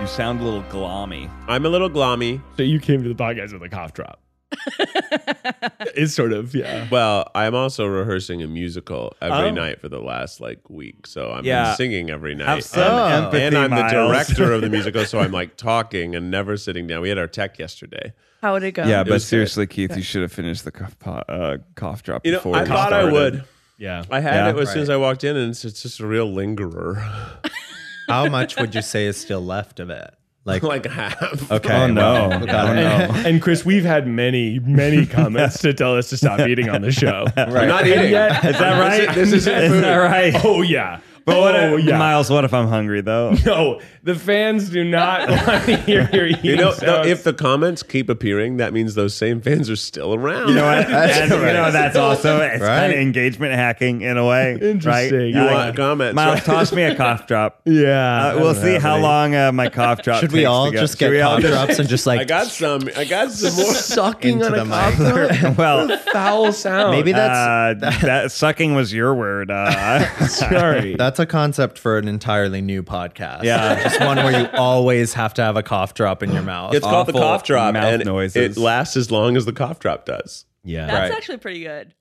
You sound a little gloomy. I'm a little gloomy. So you came to the podcast with a cough drop. it's sort of, yeah. Well, I'm also rehearsing a musical every night for the last like week, so I'm Yeah. singing every night. Have some And- empathy, and I'm Miles. the director of the musical, so I'm like talking and never sitting down. We had our tech yesterday. How would it go? Yeah, It but was good. seriously, Keith, you should have finished the cough, po- uh, cough drop You know, before. I we thought I started. would. Yeah. I had Yeah. it as soon as I walked in, and it's, it's just a real lingerer, How much would you say is still left of it? Like, like half. okay, Oh no! well, Oh got it. no! And Chris, we've had many, many comments to tell us to stop eating on the show. I'm not And eating. yet- Is that right? This is Is food. that right? oh yeah. But what oh if, yeah. Miles, what if I'm hungry though? No, the fans do not want to hear your eating. You know, though, sounds. if the comments keep appearing, that means those same fans are still around. You know what? And, You know right. that's also it's kind Right. of engagement hacking in a way. Interesting. Right? You Like, want comments, Miles, right? toss me a cough drop. yeah, Uh, we'll see how long uh, my cough drop. Should we takes all to go. just Should get we all cough just- drops and just like I got some. I got some more. sucking into the mic? well, foul sound. Maybe that's uh, that sucking was your word. Uh, sorry. that's a concept for an entirely new podcast. Yeah. just one where you always have to have a cough drop in your mouth. It's called the awful cough drop, mouth and noises. it lasts as long as the cough drop does. yeah, That's actually pretty good.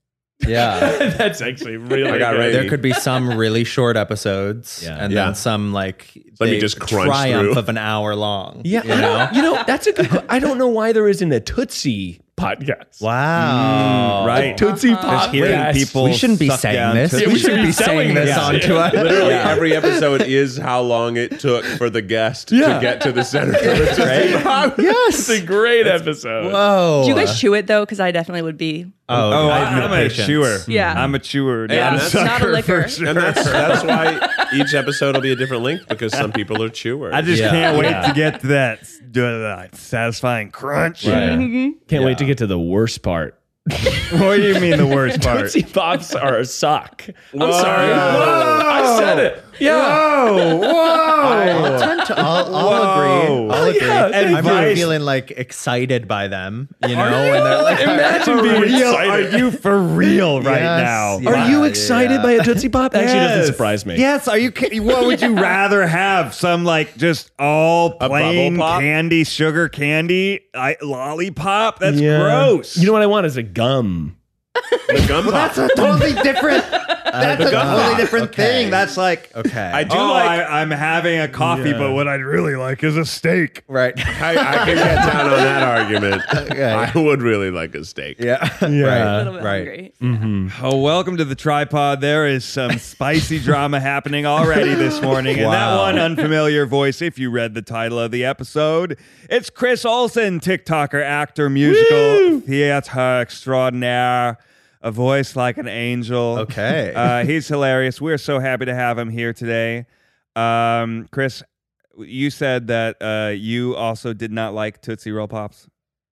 yeah. that's actually really. I got good. ready. There could be some really short episodes, and Yeah. then some like Let me they- just crunch triumph through. of an hour long. Yeah, you know? you know that's a good. que- I don't know why there isn't a Tootsie podcast. Mm, wow, right. Tootsie Just hearing podcast. people We shouldn't be suck saying down this. to- Yeah, we, should be, saying this yeah. onto us. Literally every episode is how long it took for the guest Yeah. to get to the center of the Tootsie Pop. It's a great episode. Whoa. Do you guys chew it though? Because I definitely would be. Oh, Oh, I have no I'm a patience. chewer. Yeah. Hmm. I'm a chewer. dude. Yeah, I'm a that's- not a sucker liquor. for sure. And that's, that's why each episode will be a different length because some people are chewers. I just Yeah. can't wait Yeah. to get to that, do that satisfying crunch. Can't wait to get to the worst part. What do you mean the worst part? Tootsie Pops are a sock. I'm Whoa. sorry. I said it. Yeah. Whoa, whoa. I'll, tend to- I'll- I'll Whoa. agree. I'll agree. Yeah, thank I'm you. not feeling like excited by them, you know. And they're like, Imagine For being real? Are excited. you for real right Yes, now? yeah. Are you excited by a Tootsie Pop? Actually, it doesn't Yes. surprise me. Yes. Are you? ki- What would you rather have? Some like just all bubble plain pop? candy, sugar candy, I, lollipop. That's Yeah. gross. You know what I want is a gum. the gum pop. a totally different. That's a God. Ah, Okay. That's like okay, I do oh, like. I, I'm having a coffee, but what I'd really like is a steak. right? I, I can get down on that argument. Okay. I would really like a steak. Yeah, A yeah, little bit right. hungry. Oh, welcome to the tripod. There is some spicy drama happening already this morning. And that Wow. one unfamiliar voice, if you read the title of the episode, it's Chris Olsen, TikToker, actor, musical, theater extraordinaire, a voice like an angel. Okay. Uh, he's hilarious. We're so happy to have him here today. Um, Chris, you said that uh, you also did not like Tootsie Roll Pops.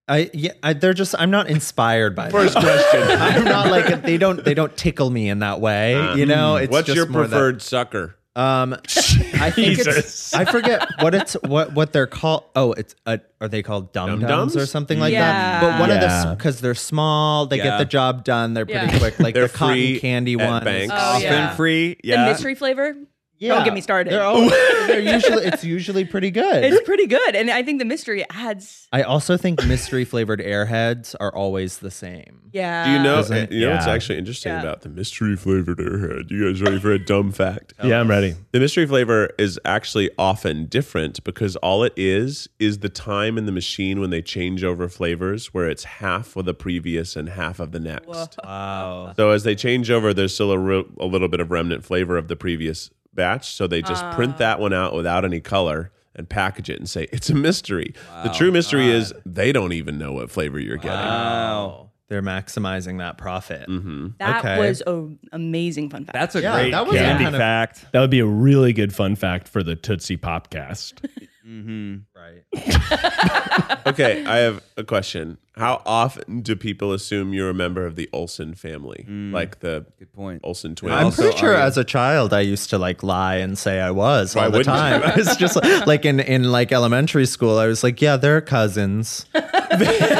I yeah, I, they're just. I'm not inspired by First them. question. I'm not like they don't they don't tickle me in that way. you know, it's Uh-huh. Mm. What's just your more that- preferred sucker? um, I think Jesus. it's, I forget what it's what what they're called. Oh, it's uh, are they called dum Dum-dums? dums or something like that? Yeah. But one of Yeah. the because they're small, they Yeah. get the job done. They're pretty Yeah. quick. Like They're the cotton free candy at one. is banks. Oh, often- yeah. Free, The yeah. mystery flavor. Mm-hmm. Yeah. Don't get me started. They're, always, they're usually it's usually pretty good. It's pretty good, and I think the mystery adds. I also think mystery flavored airheads are always the same. Yeah. Do you know? Doesn't- you know what's yeah. actually interesting Yeah. about the mystery flavored airhead? You guys ready for a dumb fact? Yeah, I'm ready. The mystery flavor is actually often different because all it is is the time in the machine when they change over flavors where it's half of the previous and half of the next. Wow. So as they change over, there's still a, re- a little bit of remnant flavor of the previous batch. So they just print that one out without any color and package it and say it's a mystery. the true mystery is they don't even know what flavor you're getting. Wow. They're maximizing that profit. Mm-hmm. That Okay. was an amazing fun fact. That's a Yeah, great that was a candy kind of- fact. That would be a really good fun fact for the Tootsie Popcast. Mm-hmm. Right. Okay, I have a question. How often do people assume you're a member of the Olsen family, Mm. like the Good point. Olsen twins? I'm also pretty sure are- as a child I used to like lie and say I was Why all the wouldn't you? time. It's just like, like in in like elementary school I was like, yeah, they're cousins.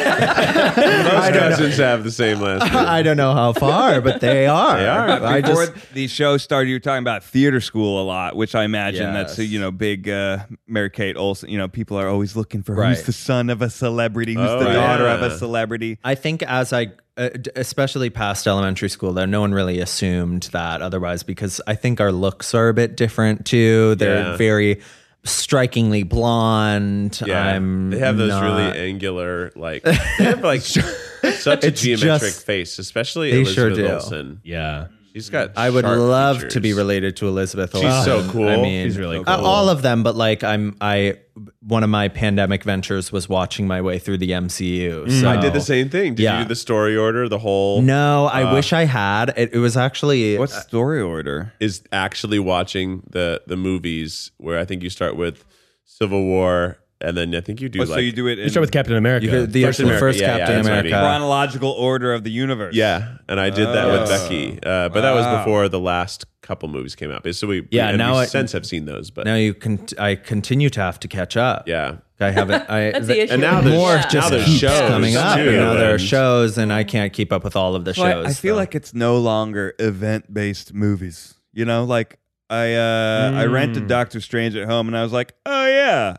Most cousins have the same last name. I don't know how far, but they are. They are. I Before just the show started, you were talking about theater school a lot, which I imagine that's a, Yes. you know big uh, Mary Kate Olsen. You know, people are always looking for who's Right. the son of a celebrity, who's Oh, the daughter of yeah. a celebrity. I think as I uh, d- especially past elementary school though no one really assumed that otherwise because I think our looks are a bit different too. They're Yeah. very strikingly blonde. Yeah, I'm they have those not- really angular, like they have like such a It's geometric just- face, especially They sure Elizabeth do. Olsen. Yeah. She's got. I would sharp love to features. be related to Elizabeth She's Olsen. so cool. I mean, She's really Uh, cool. all of them, but like I'm, I one of my pandemic ventures was watching my way through the MCU. So I did the same thing. Did Yeah. you do the story order? The whole No, I wish I had. It, it was actually uh, What's story order? is actually watching the the movies where I think you start with Civil War, and then I think you do Oh, like so you do it in You start with uh, Captain America. you could, the First first, America, first yeah, yeah, Captain that's what I mean. America. chronological order of the universe. Yeah, and I did that Oh. with Becky, uh, but that was Wow. before the last couple movies came out. So we Yeah, and now we I- since have seen those, but Now you can. I continue to have to catch up. yeah, I haven't. I, That's the issue. and now Yeah. there's more now just there's keeps shows coming up. too, you know, there are and- shows, and I can't keep up with all of the So shows. I, I feel though. like it's no longer event based movies. You know, like I uh, I rented Mm. Doctor Strange at home, and I was like, oh yeah,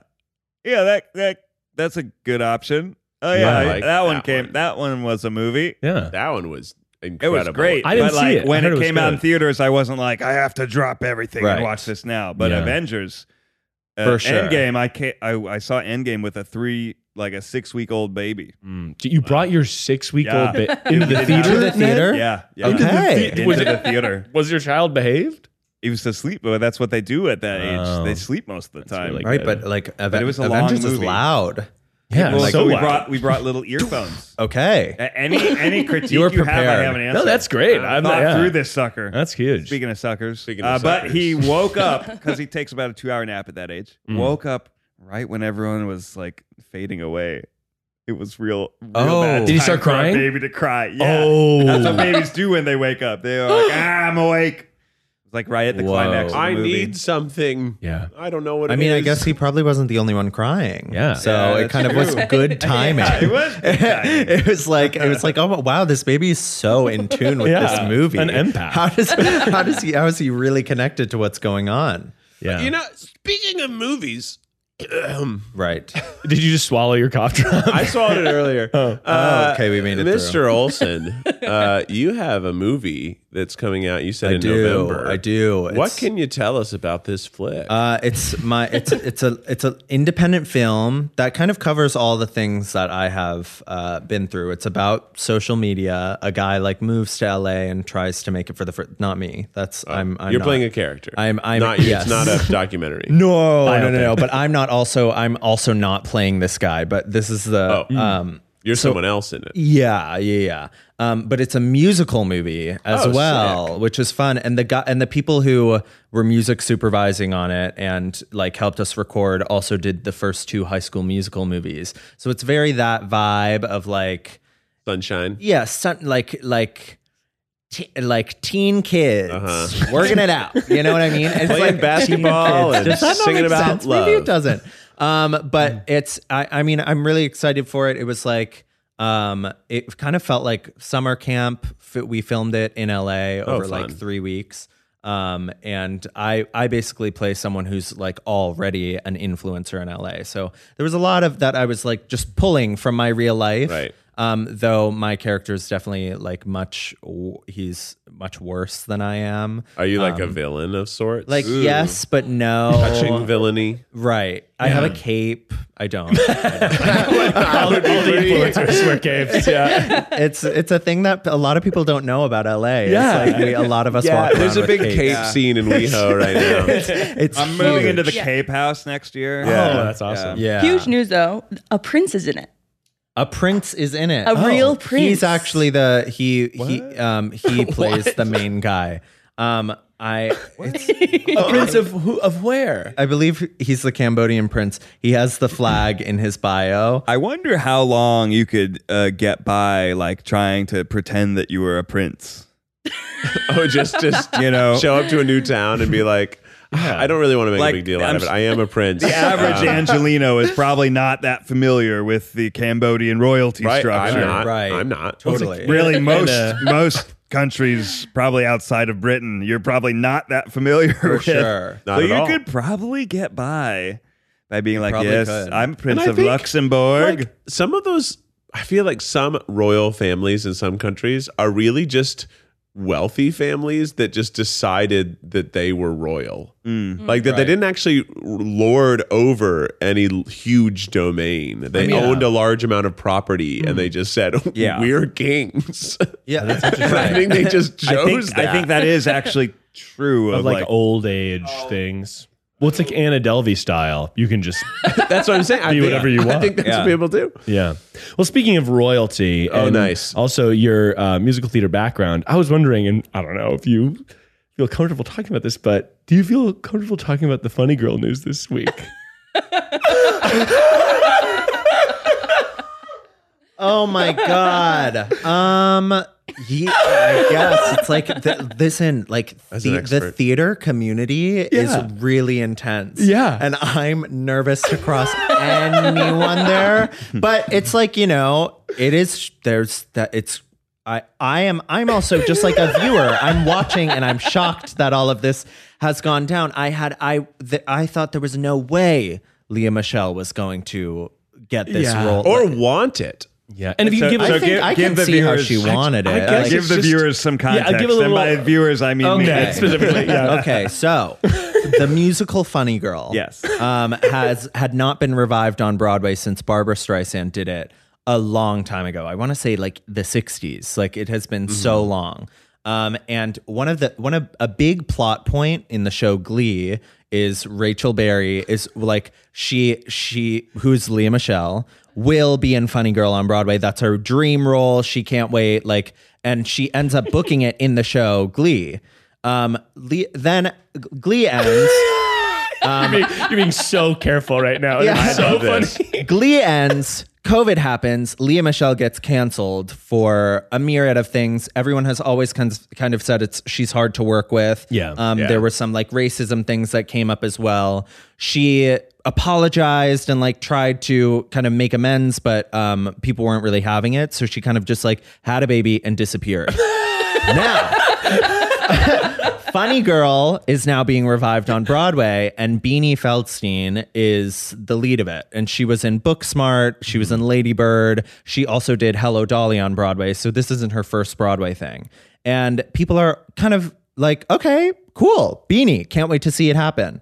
yeah that that that's a good option. Oh Yeah, yeah, I I- like that one that came. one. That one was a movie. Yeah. That one was It incredible. was great. I didn't but see like it. I when heard it it was came out in good. theaters, I wasn't like, I have to drop everything Right. and watch this now. But Yeah. Avengers, uh, For sure. Endgame, I, ca I I saw Endgame with a three like a six week old baby. Mm. You brought your six week old Yeah. ba- into the Into the theater. Into the theater. Yeah, yeah. Okay. Into Was the it- theater. Was your child behaved? he was asleep, but that's what they do at that Oh. age. They sleep most of the time. really Right, good. but like, Aven- it was a long Avengers is movie. loud. Yeah. Well, like- so we loud. brought we brought little earphones. Okay. A- any any critique you, You were have, I prepared. have an answer. Uh, No, that's great. I'm Thought not yeah. through this sucker. That's huge. Speaking of suckers, Speaking of Uh, but suckers. he woke up because he takes about a two-hour nap at that age. Hmm. Woke up right when everyone was like fading away. It was real. real Oh. bad Did he time start for a crying? Baby to cry. Yeah. Oh. that's what babies do when they wake up. They are like, ah, I'm awake. It's like right at the Whoa. climax. Of the I movie. need something. Yeah. I don't know what. I it mean, I is. guess he probably wasn't the only one crying. Yeah. So Yeah, it that's kind of was true. good timing. Yeah, it was good timing. it was like it was like, oh wow, this baby is so in tune with Yeah, this movie. an empath. How does how does he how is he really connected to what's going on? yeah. You know, speaking of movies, Right. Did you just swallow your cough drop? I saw it earlier. oh, okay, we made Uh, it. through. Mr. Olson, uh, you have a movie that's coming out. You said I in do. November. I do. What It's- can you tell us about this flick? Uh, it's my it's it's a it's an independent film that kind of covers all the things that I have uh, been through. It's about social media. A guy like moves to LA and tries to make it for the first. Not me. That's Oh. I'm. I'm You're not. playing a character. I'm- I'm- Not you. yes. It's not a documentary. No, Ah, no, no, no. But I'm not also. I'm also not playing this guy. But this is the. Oh. Um, You're someone else in it. yeah, yeah, yeah. Um, but it's a musical movie as Oh, well, which is fun. And the guy and the people who were music supervising on it and like helped us record also did the first two High School Musical movies. So it's very that vibe of like Sunshine. yeah, something like like te- like teen kids working it out. You know what I mean? And it's Uh-huh. Playing like basketball teen kids. and Does that not singing make about sense? Maybe love. Mm. it doesn't. Um, but it's I, I mean I'm really excited for it. It was like um, it kind of felt like summer camp. F- We filmed it in LA over Oh, fun. like three weeks. Um, and I I basically play someone who's like already an influencer in LA. So there was a lot of that I was like just pulling from my real life. Right. Um, though my character is definitely like much, w- he's much worse than I am. Are you like a villain of sorts? Like yes, Oh. but no. touching villainy. Right. I have a cape. I don't. all, all the influencers wear capes. Yeah. it's it's a thing that a lot of people don't know about LA. Yeah. It's like we, a lot of us walk around There's a with big capes. cape scene in WeHo right now. It's I'm moving into the Yeah. Cape House next year. Oh, that's awesome. yeah. Huge news though, a prince is in it. A prince is in it. Oh. A real prince. He's actually the he he um he plays the main guy. Um I it's, A prince of who of where? I believe he's the Cambodian prince. He has the flag in his bio. I wonder how long you could uh, get by like trying to pretend that you were a prince. Oh, just just You know, show up to a new town and be like, "Ah, I don't really want to make Like, a big deal out I'm of it. s- I am a prince. the average Um, Angelino is probably not that familiar with the Cambodian royalty right? structure. I'm not. Right. I'm not. Totally. Really, most uh, most countries probably outside of Britain, you're probably not that familiar For with. sure. Not so at you all. could probably get by by being like, probably "Yes, could. I'm Prince I of think, Luxembourg." Like, some of those, I feel like some royal families in some countries are really just wealthy families that just decided that they were royal. Mm. Like that they didn't actually lord over any l- huge domain. They mean, owned a large amount of property and they just said, Mm. Yeah. we're kings. Yeah, that's what you're I right. think they just chose I think that. I think that is actually true of, Of like, like old age things. Well, it's like Anna Delvey style. You can just That's what I'm saying. I Be think, whatever you I want. think that's Yeah. what people do. Yeah. Well, speaking of royalty, Oh, and nice. Also, your uh, musical theater background. I was wondering, and I don't know if you feel comfortable talking about this, but do you feel comfortable talking about the funny girl news this week? Oh my god. Um yeah, I guess it's like the, listen, like As the, an the expert. theater community Yeah. is really intense. Yeah. And I'm nervous to cross anyone there, but it's like, you know, it is there's that it's I I am I'm also just like a viewer. I'm watching and I'm shocked that all of this has gone down. I had I th- I thought there was no way Leah Michelle was going to get this Yeah. role Or want it. yeah. And if you So- give us so I think give- I give can the see how viewers- she wanted it. guess Like, give the just- viewers some Yeah, I'll context. give a little- and by viewers, I mean me. specifically, yeah. okay, so the musical Funny Girl, Yes. um, has had not been revived on Broadway since Barbara Streisand did it a long time ago. I want to say like the '60s. Like it has been so long. Um, and one of the one of a big plot point in the show Glee is Rachel Berry is like she she who's Leah Michelle will be in Funny Girl on Broadway. That's her dream role. She can't wait. Like, and she ends up booking it in the show Glee. Um, Le- then Glee ends. you're, being, you're being so careful right now. Yeah. It's so funny. Glee ends. COVID happens. Leah Michelle gets canceled for a myriad of things. Everyone has always kind of, kind of said it's she's hard to work with. Yeah. Um, There were some like racism things that came up as well. She apologized and like tried to kind of make amends, but um, people weren't really having it. So she kind of just like had a baby and disappeared. now. Funny Girl is now being revived on Broadway, and Beanie Feldstein is the lead of it. And she was in Booksmart, she was in Lady Bird, she also did Hello Dolly on Broadway. So this isn't her first Broadway thing. And people are kind of like, okay, cool, Beanie, can't wait to see it happen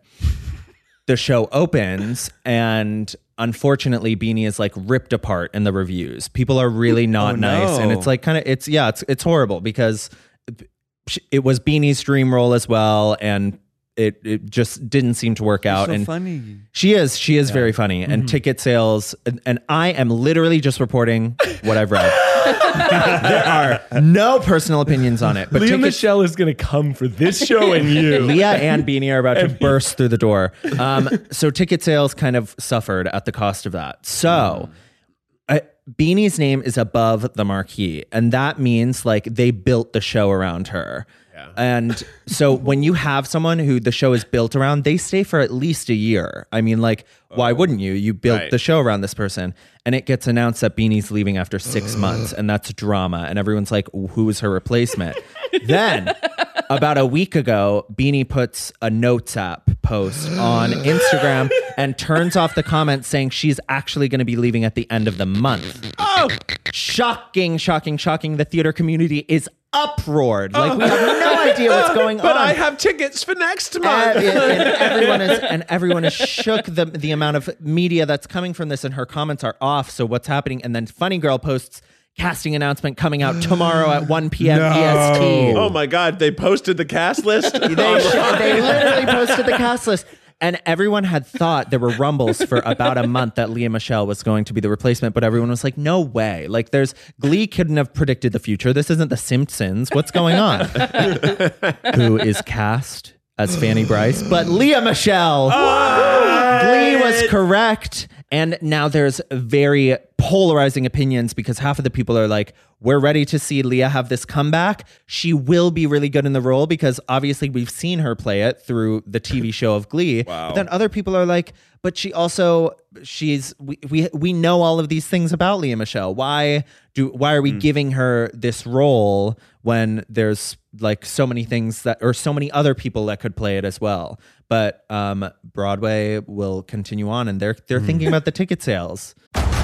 the show opens and unfortunately beanie is like ripped apart in the reviews people are really not nice and no. it's like kind of it's yeah it's it's horrible because sh- it was beanie's dream role as well and it, it just didn't seem to work out and funny. she is she is very funny and ticket sales and, and i am literally just reporting what i've read there are no personal opinions on it but Leah ticket Michelle is going to come for this show and you. Leah and Beanie are about to burst through the door. Um, so ticket sales kind of suffered at the cost of that. So uh, Beanie's name is above the marquee, and that means like they built the show around her. And so when you have someone who the show is built around, they stay for at least a year. I mean, like, why wouldn't you? You built Right. the show around this person, and it gets announced that Beanie's leaving after six months, and that's drama. And everyone's like, who is her replacement? then about a week ago, Beanie puts a notes app post on Instagram and turns off the comments saying she's actually going to be leaving at the end of the month. Oh, shocking, shocking, shocking. The theater community is uproared. Like, we have no idea what's going Oh. But on. I have tickets for next And, month. and everyone is and everyone is shook the the amount of media that's coming from this, and her comments are off. So what's happening? And then Funny Girl posts casting announcement coming out tomorrow at 1 p.m. EST. Oh my God, they posted the cast list. They, sh- they literally posted the cast list. And everyone had thought there were rumbles for about a month that Leah Michelle was going to be the replacement, but everyone was like, no way. Like, there's Glee couldn't have predicted the future. This isn't The Simpsons. What's going on? Who is cast as Fanny Bryce? But Leah Michelle. Glee was correct. And now there's very polarizing opinions because half of the people are like, we're ready to see Leah have this comeback. She will be really good in the role because obviously we've seen her play it through the TV show of Glee. But then other people are like, but she also she's we, we we know all of these things about Leah Michelle. Why do why are we giving her this role when there's like so many things that or so many other people that could play it as well? But um Broadway will continue on and they're they're thinking about the ticket sales.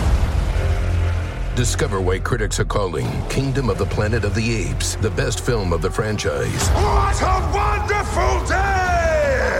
Discover why critics are calling Kingdom of the Planet of the Apes the best film of the franchise. What a wonderful day!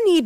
need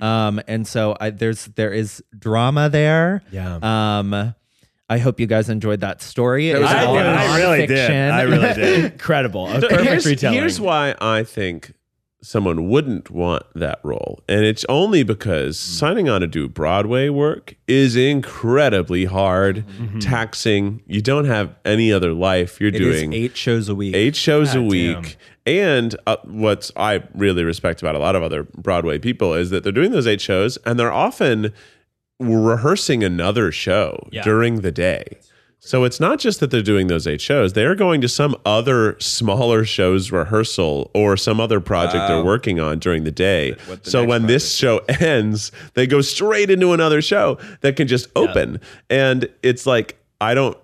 Um, and so I, there's there is drama there. Yeah. Um, I hope you guys enjoyed that story. It was is a all lot. I really did. nonfiction. I really did. Incredible. A perfect here's, retelling. here's why I think someone wouldn't want that role. And it's only because Mm-hmm. signing on to do Broadway work is incredibly hard, Mm-hmm. taxing. You don't have any other life. You're It is doing eight shows a week. eight shows a God week. And uh, what I really respect about a lot of other Broadway people is that they're doing those eight shows and they're often rehearsing another show during the day. So it's not just that they're doing those eight shows, they're going to some other smaller show's rehearsal or some other project they're working on during the day. so when this show ends, they go straight into another show that can just open. And it's like, I don't,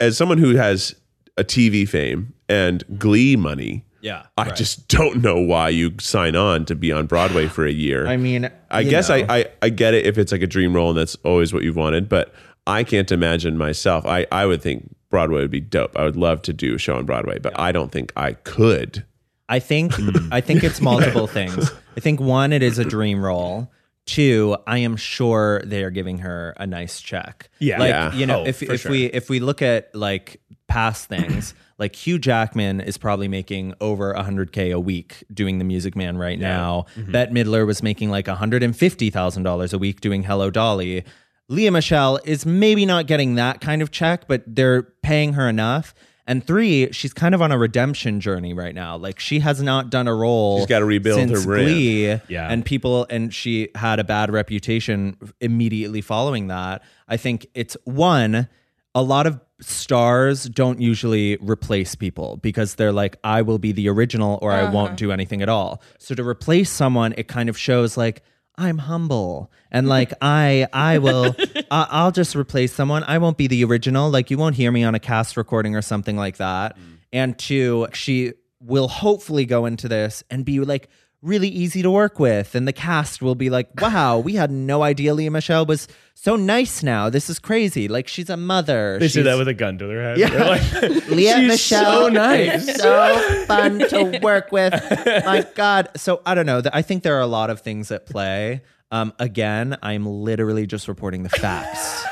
as someone who has a TV fame and glee money, yeah. I just don't know why you sign on to be on Broadway for a year. I mean, I you guess I, know. I I get it if it's like a dream role and that's always what you've wanted, but I can't imagine myself. I I would think Broadway would be dope. I would love to do a show on Broadway, but I don't think I could. I think I think it's multiple things. I think one, it is a dream role. Two, I am sure they are giving her a nice check. Yeah. like Yeah. you know, Oh, if for if sure. we if we look at like past things, like Hugh Jackman is probably making over 100k a week doing The Music Man right now. Mm-hmm. Bette Midler was making like 150 thousand dollars a week doing Hello Dolly. Leah Michelle is maybe not getting that kind of check, but they're paying her enough. And three, she's kind of on a redemption journey right now. Like she has not done a role. She's gotta rebuild her since brand. Glee, Yeah. and people, and she had a bad reputation immediately following that. I think it's one. A lot of stars don't usually replace people because they're like, I will be the original, or I won't do anything at all. So to replace someone, it kind of shows like. I'm humble and like I I will I, I'll just replace someone. I won't be the original. Like you won't hear me on a cast recording or something like that. And two, she will hopefully go into this and be like really easy to work with and the cast will be like, "Wow, we had no idea Leah Michelle was so nice now. This is crazy. Like she's a mother. They she's, said that with a gun to their head. Yeah. Leah She's Michelle so is nice. so fun to work with. My God. So I don't know. Th- I think there are a lot of things at play. Um, again, I'm literally just reporting the facts.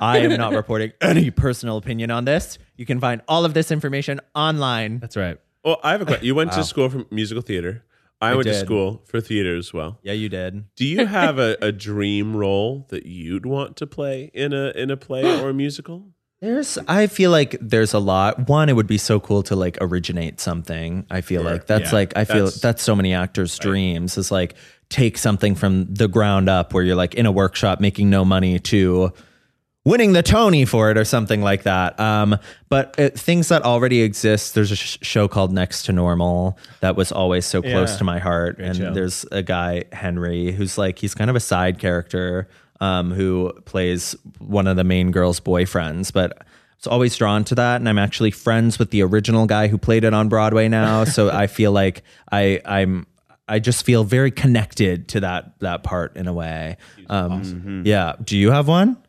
I am not reporting any personal opinion on this. You can find all of this information online. That's right. Well, I have a question. You went to school for musical theater. I, went to did. school for theater as well. Yeah, you did. Do you have a, a dream role that you'd want to play in a in a play or a musical? There's, I feel like there's a lot. One, it would be so cool to like originate something. I feel like that's Yeah. like, I feel That's- that's, so many actors' dreams is like take something from the ground up where you're like in a workshop making no money to winning the Tony for it or something like that. Um, but uh things that already exist, there's a sh- show called Next to Normal that was always so close Yeah. to my heart. Great and show. there's a guy, Henry, who's like, he's kind of a side character um, who plays one of the main girl's boyfriends. But I was always drawn to that. And I'm actually friends with the original guy who played it on Broadway now. so I feel like I, I'm. I just feel very connected to that that part in a way. Um, Yeah. Do you have one?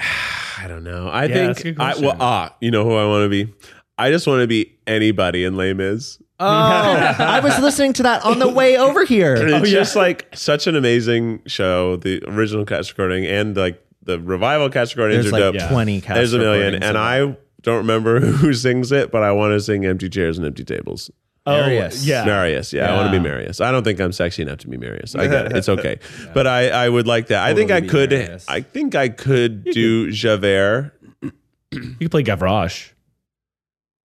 I don't know. I Yeah, that's a think good I well question. ah, you know who I want to be. I just want to be anybody in Les Mis. Oh, I was listening to that on the way over here. Oh, And it's just like Oh, such an amazing show. The original cast recording and like the revival cast recordings There's are like dope. 20 cast There's a million, recordings and of I don't remember who sings it, but I want to sing "Empty Chairs and Empty Tables." Oh, Marius. yeah. Marius. Yeah, I want to be Yeah. Marius. I don't think I'm sexy enough to be Marius. I get it. It's okay, but I I would like that. I think I Totally be could. Marius. I think I could do Javert. You could play Gavroche.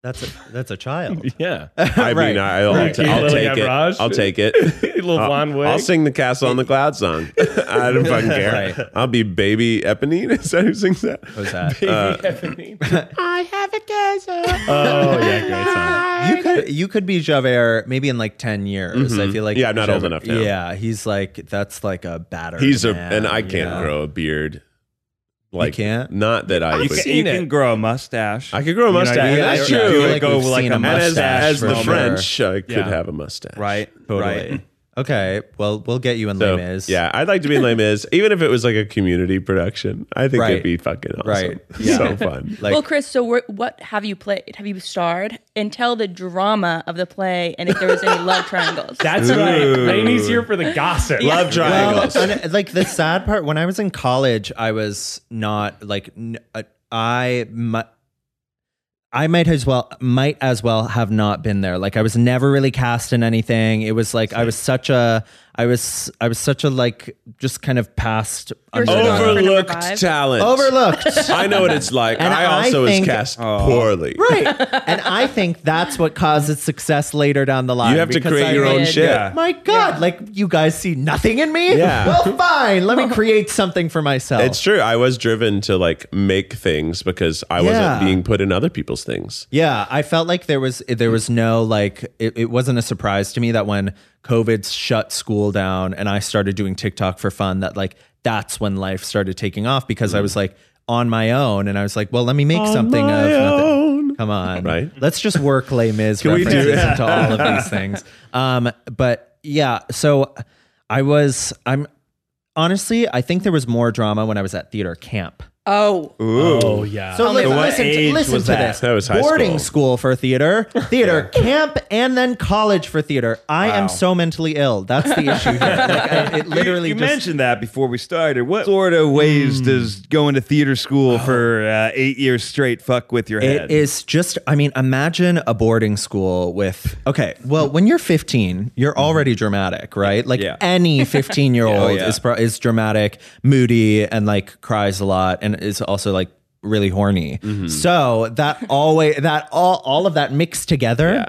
That's a that's a child. yeah. I mean, I, I'll, Right. I'll Little take it. Gavroche. I'll take it. Little I'll- blonde wig. I'll sing the Castle on the Cloud song. I don't fucking care. Right. I'll be Baby Eponine. Is that who sings that? Who's Oh, that? Uh, I have a desert. You could you could be Javert maybe in like ten years. I Mhm. feel like Yeah, I'm not old Javert- enough now. Yeah, he's like that's like a batter. he's a, man, and I can't yeah. grow a beard. Like, can't? Not that I. You would- can, you can grow a mustache. I could grow a You know, mustache. you- That's you true. could go We've like seen a a And as, mustache as the for sure. French, I could Yeah. have a mustache. Right. Totally. Right. Okay. Well, we'll get you in So, Les Mis. yeah, I'd like to be in Les Mis, even if it was like a community production. I think Right. it'd be fucking awesome. Right. Yeah. So fun. well, Chris, so wh- what have you played? Have you starred? And tell the drama of the play and if there was any love triangles. That's right. Lainey's here for the gossip. Love triangles. Well, and, uh, like the sad part, when I was in college, I was not like n- uh, I mi- I might as well might as well have not been there. Like I was never really cast in anything. It was like I was such a I was I was such a like just kind of past underdog. Overlooked talent. Overlooked. I know what it's like. And I I also was think- Oh. cast poorly. Right. And I think that's what causes success later down the line. You have to because create I- your own shit. Yeah. My God, like you guys see nothing in me? Yeah. Well, fine. Let me create something for myself. It's true. I was driven to like make things because I Yeah. wasn't being put in other people's things. Yeah, I felt like there was there was no like it, it wasn't a surprise to me that when COVID shut school down and I started doing TikTok for fun that like that's when life started taking off because I was like on my own and I was like, well, let me make Mm. On something my of own. nothing. Come on, Right. Let's just work Les Mis Can we do references it? into all of these things. Um, but yeah, so I was I'm honestly I think there was more drama when I was at theater camp. Oh. Oh, yeah. So Only listen, what listen, to, age listen was to that? this. That was high Boarding school. school for theater, theater camp, and then college for theater. I Wow. am so mentally ill. That's the issue here. Like, I, it literally you, you just. mentioned that before we started. What sort of ways does going to theater school for uh, eight years straight fuck with your head? It is just, I mean, imagine a boarding school with, okay, well, when you're 15, you're already dramatic, right? Like Mm-hmm. Yeah. any 15 year Oh, old yeah. is, pro- is dramatic, moody, and like cries a lot, and is also like really horny. Mm-hmm. So that always, that all, all of that mixed together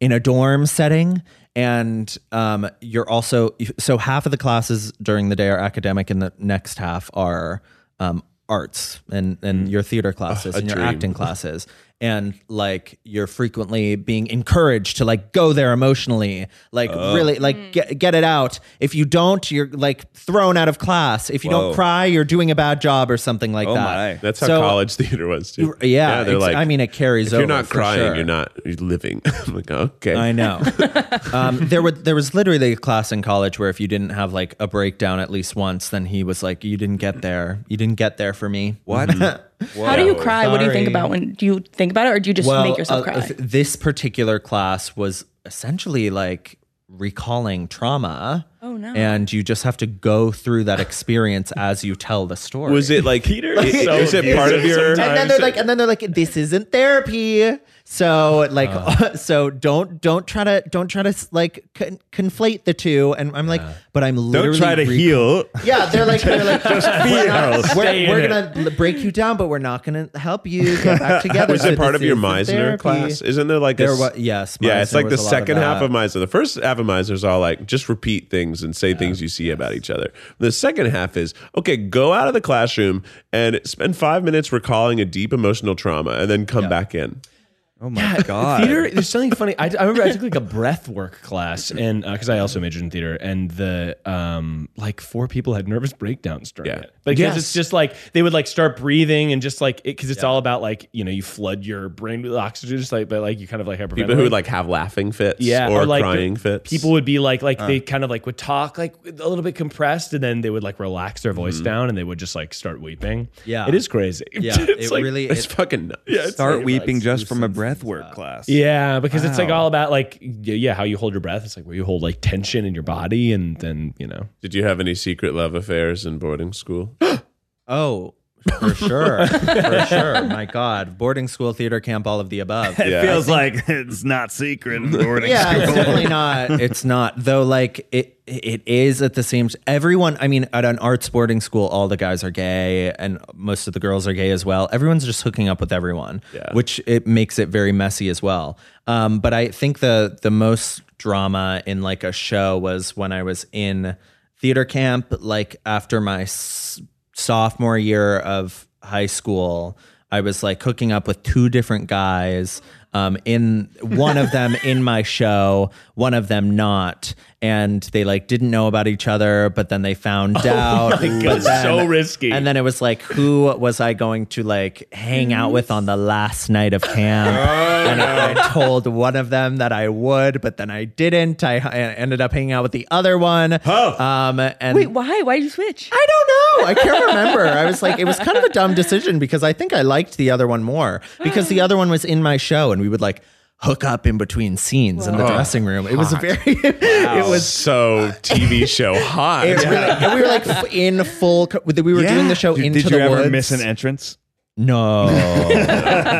in a dorm setting. And um, you're also, so half of the classes during the day are academic, and the next half are um, arts and, and your theater classes Mm. a and your dream. acting classes and like you're frequently being encouraged to like go there emotionally like really like get, get it out if you don't you're like thrown out of class if you Whoa. don't cry you're doing a bad job or something like Oh my. that That's how So- college theater was too. Yeah, they're ex- like, I mean, it carries If you're over not for crying, sure. you're not you're living. I'm like, okay. I know. um, there were there was literally a class in college where if you didn't have like a breakdown at least once, then he was like, "You didn't get there. You didn't get there for me." What? How do you cry? What do you think Sorry. about when do you think about it or do you just make yourself uh, cry? th- This particular class was essentially like recalling trauma. Oh, no. And you just have to go through that experience as you tell the story. Was it like Peter? Is, so it part of your? and then they're like, and then they're like, this isn't therapy. So like, so don't don't try to don't try to like con- conflate the two. And I'm like, but I'm Don't literally try to recalling- heal. yeah, they're like, they're like, we're, not, Stay we're, in we're it. gonna l- break you down, but we're not gonna help you get back together. was So it part of this your isn't Meisner therapy. class? Isn't there like a There s- wa- yes, yeah, it's Meisner like the was a lot of second half that. of Meisner. The first half of Meisner's all like just repeat things things and say things you see about each other. The second half is okay, go out of the classroom and spend five minutes recalling a deep emotional trauma and then come back in. Oh my God. Theater, there's something funny. I, I remember I took like a breath work class, and because I also majored in theater, and the um like four people had nervous breakdowns during it because Yes. it's just like they would like start breathing and just like because it's all about like you know you flood your brain with oxygen, just like but like you kind of like hyperventilate. People who would like have laughing fits yeah, or, like the- crying fits. People would be like, like Uh. they kind of like would talk like a little bit compressed, and then they would like relax their voice down, and they would just like start weeping. Yeah. it is crazy. Yeah, It's it like- really- It's it- fucking nuts. Yeah, it's Start like- weeping it's just from a breath work class. Yeah, because it's like Wow. all about like y- yeah, how you hold your breath. It's like where you hold like tension in your body, and then you know. Did you have any secret love affairs in boarding school? Oh, for sure. for sure. My God. Boarding school, theater camp, all of the above. It feels like it's not secret. in boarding yeah, it's school. definitely not. It's not though. Like it, it is at the same. Everyone, I mean, at an arts boarding school, all the guys are gay, and most of the girls are gay as well. Everyone's just hooking up with everyone, which it makes it very messy as well. Um, but I think the the most drama in like a show was when I was in theater camp, like after my s- sophomore year of high school. I was like hooking up with two different guys. Um, in one of them in my show, one of them not, and they like didn't know about each other, but then they found Oh out. my but God, so risky. And then it was like, who was I going to like hang out with on the last night of camp? Oh. and I told one of them that I would, but then I didn't. I, I ended up hanging out with the other one. Oh, um, and Wait, why? Why did you switch? I don't know. I can't remember. I was like, it was kind of a dumb decision because I think I liked the other one more because the other one was in my show and we would like hook up in between scenes in the Whoa. dressing room. It was Hot. very, it was so TV show hot. it really- we were like f- in full, co- we were doing the show Did, into did the you ever woods. miss an entrance? No.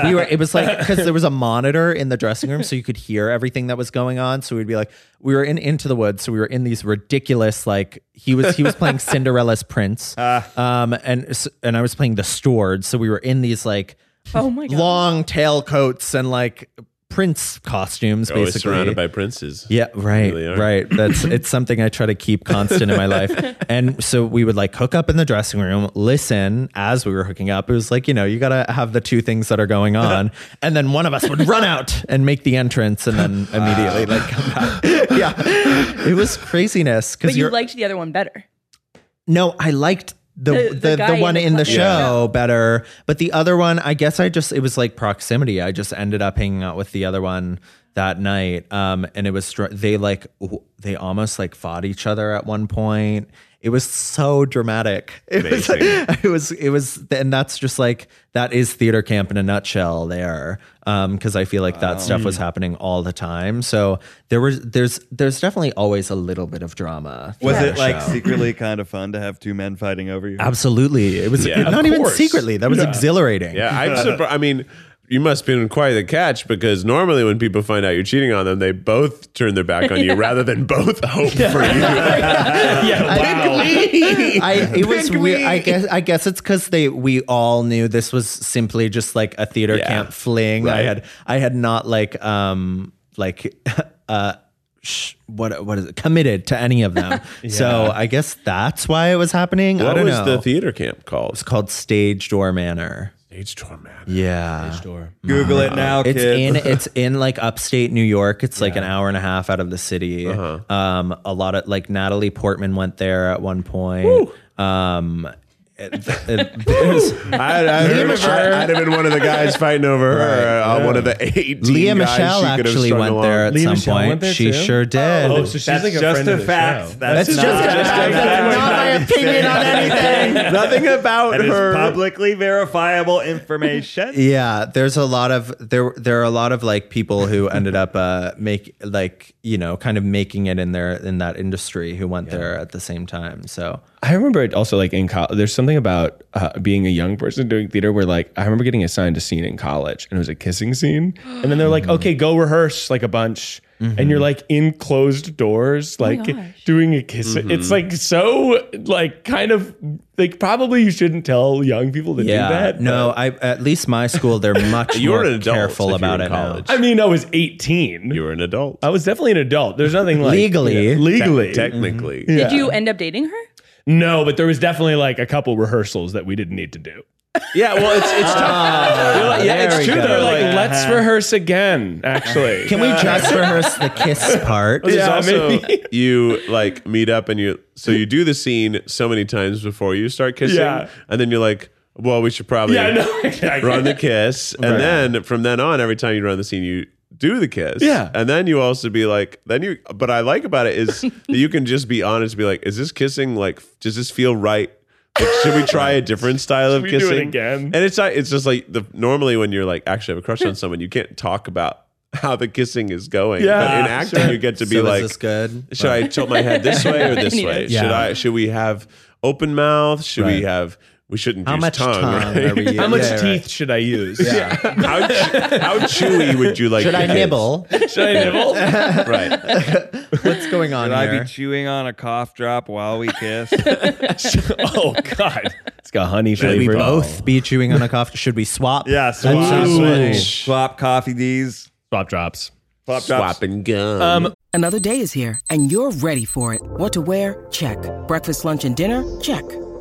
we were it was like because there was a monitor in the dressing room so you could hear everything that was going on so we'd be like we were in into the woods so we were in these ridiculous like he was he was playing cinderella's prince Ah. um and s- and i was playing the steward so we were in these like oh my God. long tail coats and like prince costumes Always basically surrounded by princes. yeah, right, Really are. right. That's it's something I try to keep constant in my life. And so we would like hook up in the dressing room, listen as we were hooking up. It was like you know you gotta have the two things that are going on, and then one of us would run out and make the entrance, and then immediately like come back. yeah, it was craziness But because you you're liked the other one better. no, I liked The- the the the, the, guy in one the in the cl- show better, but the other one, I guess I just it was like proximity. I just ended up hanging out with the other one that night, um, and it was str- they like w- they almost like fought each other at one point. It was so dramatic. It was, like, it was, it was, and that's just like that is theater camp in a nutshell. There, because I feel like that stuff was happening all the time. So there was, there's, there's definitely always a little bit of drama. Was throughout it the like show. secretly kind of fun to have two men fighting over you? Absolutely. It was Yeah. it- Of not even course. secretly. That was Yeah. exhilarating. Yeah, I'm surprised. I mean, you must have been quite the catch because normally when people find out you're cheating on them, they both turn their back on you Yeah. rather than both hope for you. I, it was weird. I guess I guess it's because they we all knew this was simply just like a theater camp fling. I Right. had I had not like um like uh sh- what what is it committed to any of them. So Yeah. I guess that's why it was happening. I What don't was know. the theater camp called? It's called Stage Door Manor. Stage Door Manor. Yeah. Stage Door. Google it now, It's kids. in it's in like upstate New York. It's like an hour and a half out of the city. Um, a lot of like Natalie Portman went there at one point. Um, it, it, there's- I'd, I'd, Leah have been, Michelle- I'd have been one of the guys fighting over her, uh, one of the 18 Leah guys Michelle she could have actually strung went along. there at some point. She sure did. Oh, so she's That's like a just friend a of the fact. show. That's That's not- just a just a fact. fact. That's Not my opinion on anything. Nothing about That is her. publicly verifiable information. Yeah, there's a lot of there. There are a lot of like people who ended up uh make like you know kind of making it in their in that industry who went there at the same time. So I remember it also like in college. There's something about uh, being a young person doing theater where like I remember getting assigned a scene in college and it was a kissing scene, and then they're like, "Okay, go rehearse like a bunch," and you're like in closed doors, my like doing a kiss. It's like so like kind of like probably you shouldn't tell young people to do that. no, I at least my school they're much You were more an adult careful if you were about in it now. I mean, I was 18. You were an adult. I was definitely an adult. There's nothing like Oh, Legally. Mm-hmm. Yeah, legally, Te- technically. Yeah. Did you end up dating her? No, but there was definitely like a couple rehearsals that we didn't need to do. Yeah, well, it's it's tough. You're like- yeah, There it's we true. go. They're like, Uh-huh. let's rehearse again. Actually, Can we just rehearse the kiss part? This is also you like meet up and you so you do the scene so many times before you start kissing, Yeah. and then you're like, well, we should probably Yeah, no, exactly. run the kiss, and Right. then from then on, every time you run the scene, you do the kiss, Yeah. and then you also be like, then you. But I like about it is that you can just be honest, be like, is this kissing like? Does this feel right? Like, should we try a different style of we do it kissing again? And it's not. It's just like the normally when you're like actually have a crush on someone, you can't talk about. How the kissing is going, Yeah. But in acting, Sure. you get to be So is like, this good? Should I tilt my head this way or this I need way? it. Should Yeah. I? Should we have open mouth? Should we Right. have? We shouldn't How use much tongue. tongue right? are we How much teeth should I use? Yeah. how, che- how chewy would you like? Should your I kids? nibble? Should I nibble? Right. What's going on Should I here? be chewing on a cough drop while we kiss? oh God, it's got honey Should we flavor. both be chewing on a coffee? Should we swap? yeah, swap, That's so swap, cool. swap coffee D's. Swap drops. Swap, drops. Swap and gum. Um, Another day is here, and you're ready for it. What to wear? Check. Breakfast, lunch, and dinner? Check.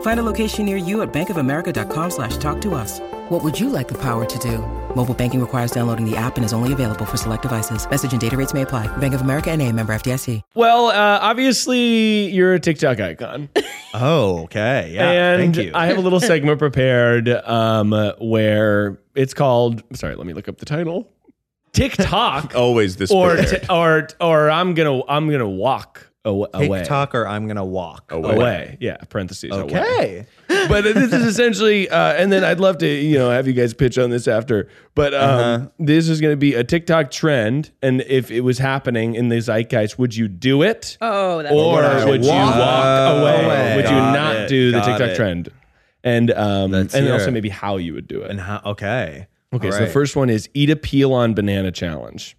Find a location near you at bankofamerica.com slash talk to us. What would you like the power to do? Mobile banking requires downloading the app and is only available for select devices. Message and data rates may apply. Bank of America and a member FDIC. Well, uh, obviously you're a TikTok icon, Oh, okay. Yeah. and thank you. I have a little segment prepared um, uh, where it's called. Sorry, let me look up the title. TikTok Always this or prepared. t- or or I'm gonna I'm gonna walk aw- away. TikTok or I'm gonna walk Away. away. Yeah, parentheses. away. Okay. but this is essentially, uh, and then I'd love to, you know, have you guys pitch on this after. But um, this is going to be a TikTok trend, and if it was happening in the zeitgeist, would you do it, Oh, that or would you walk away? away. Would you Got not it, do the got TikTok it. trend? And um, and Let's then hear also it. maybe how you would do it. And how? Okay. okay, All so the right. first one is eat a peel on banana challenge.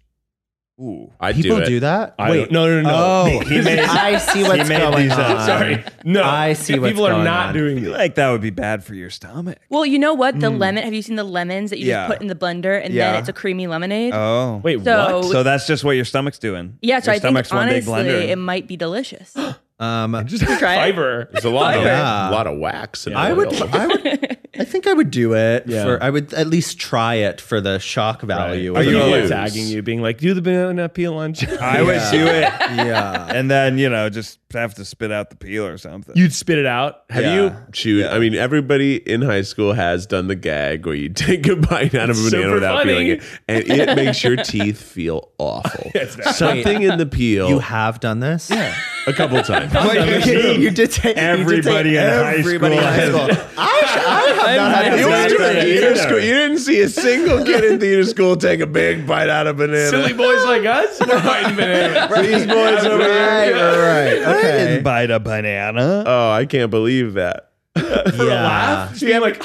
Ooh. I people do it. do that. I don't- no, no, no. Oh, I see what's made going these on. up. Sorry, no. I see what's people are going not on. doing I feel this. like that would be bad for your stomach. Well, you know what? The lemon. Have you seen the lemons that you Yeah. just put in the blender and Yeah. then it's a creamy lemonade? Oh. Wait, So- what? So that's just what your stomach's doing. yeah, so your I think honestly, blender. it might be delicious. Um, Just try it. fiber. There's a lot of a Yeah. lot of wax. And I oil. would. I would. I think I would do it. Yeah. For I would at least try it for the shock value. Are of you it. like use? tagging you, being like, do the banana peel on? I would do it. Yeah. And then, you know, just have to spit out the peel or something. You'd spit it out. Have you chewed? I mean, everybody in high school has done the gag where you take a bite out of a It's banana super without funny. peeling it, and it makes your teeth feel awful. Something in the peel You have done this. Yeah. a couple times. you did take Everybody in you did take high everybody school in high has- school. I, I have not had You this went to a experience. theater school. You didn't see a single kid in theater school take a big bite out of banana. Silly boys like us, we're biting bananas. These boys over Right, here. right, right. I didn't Okay. bite a banana. Oh, I can't believe that. Yeah. So you're like,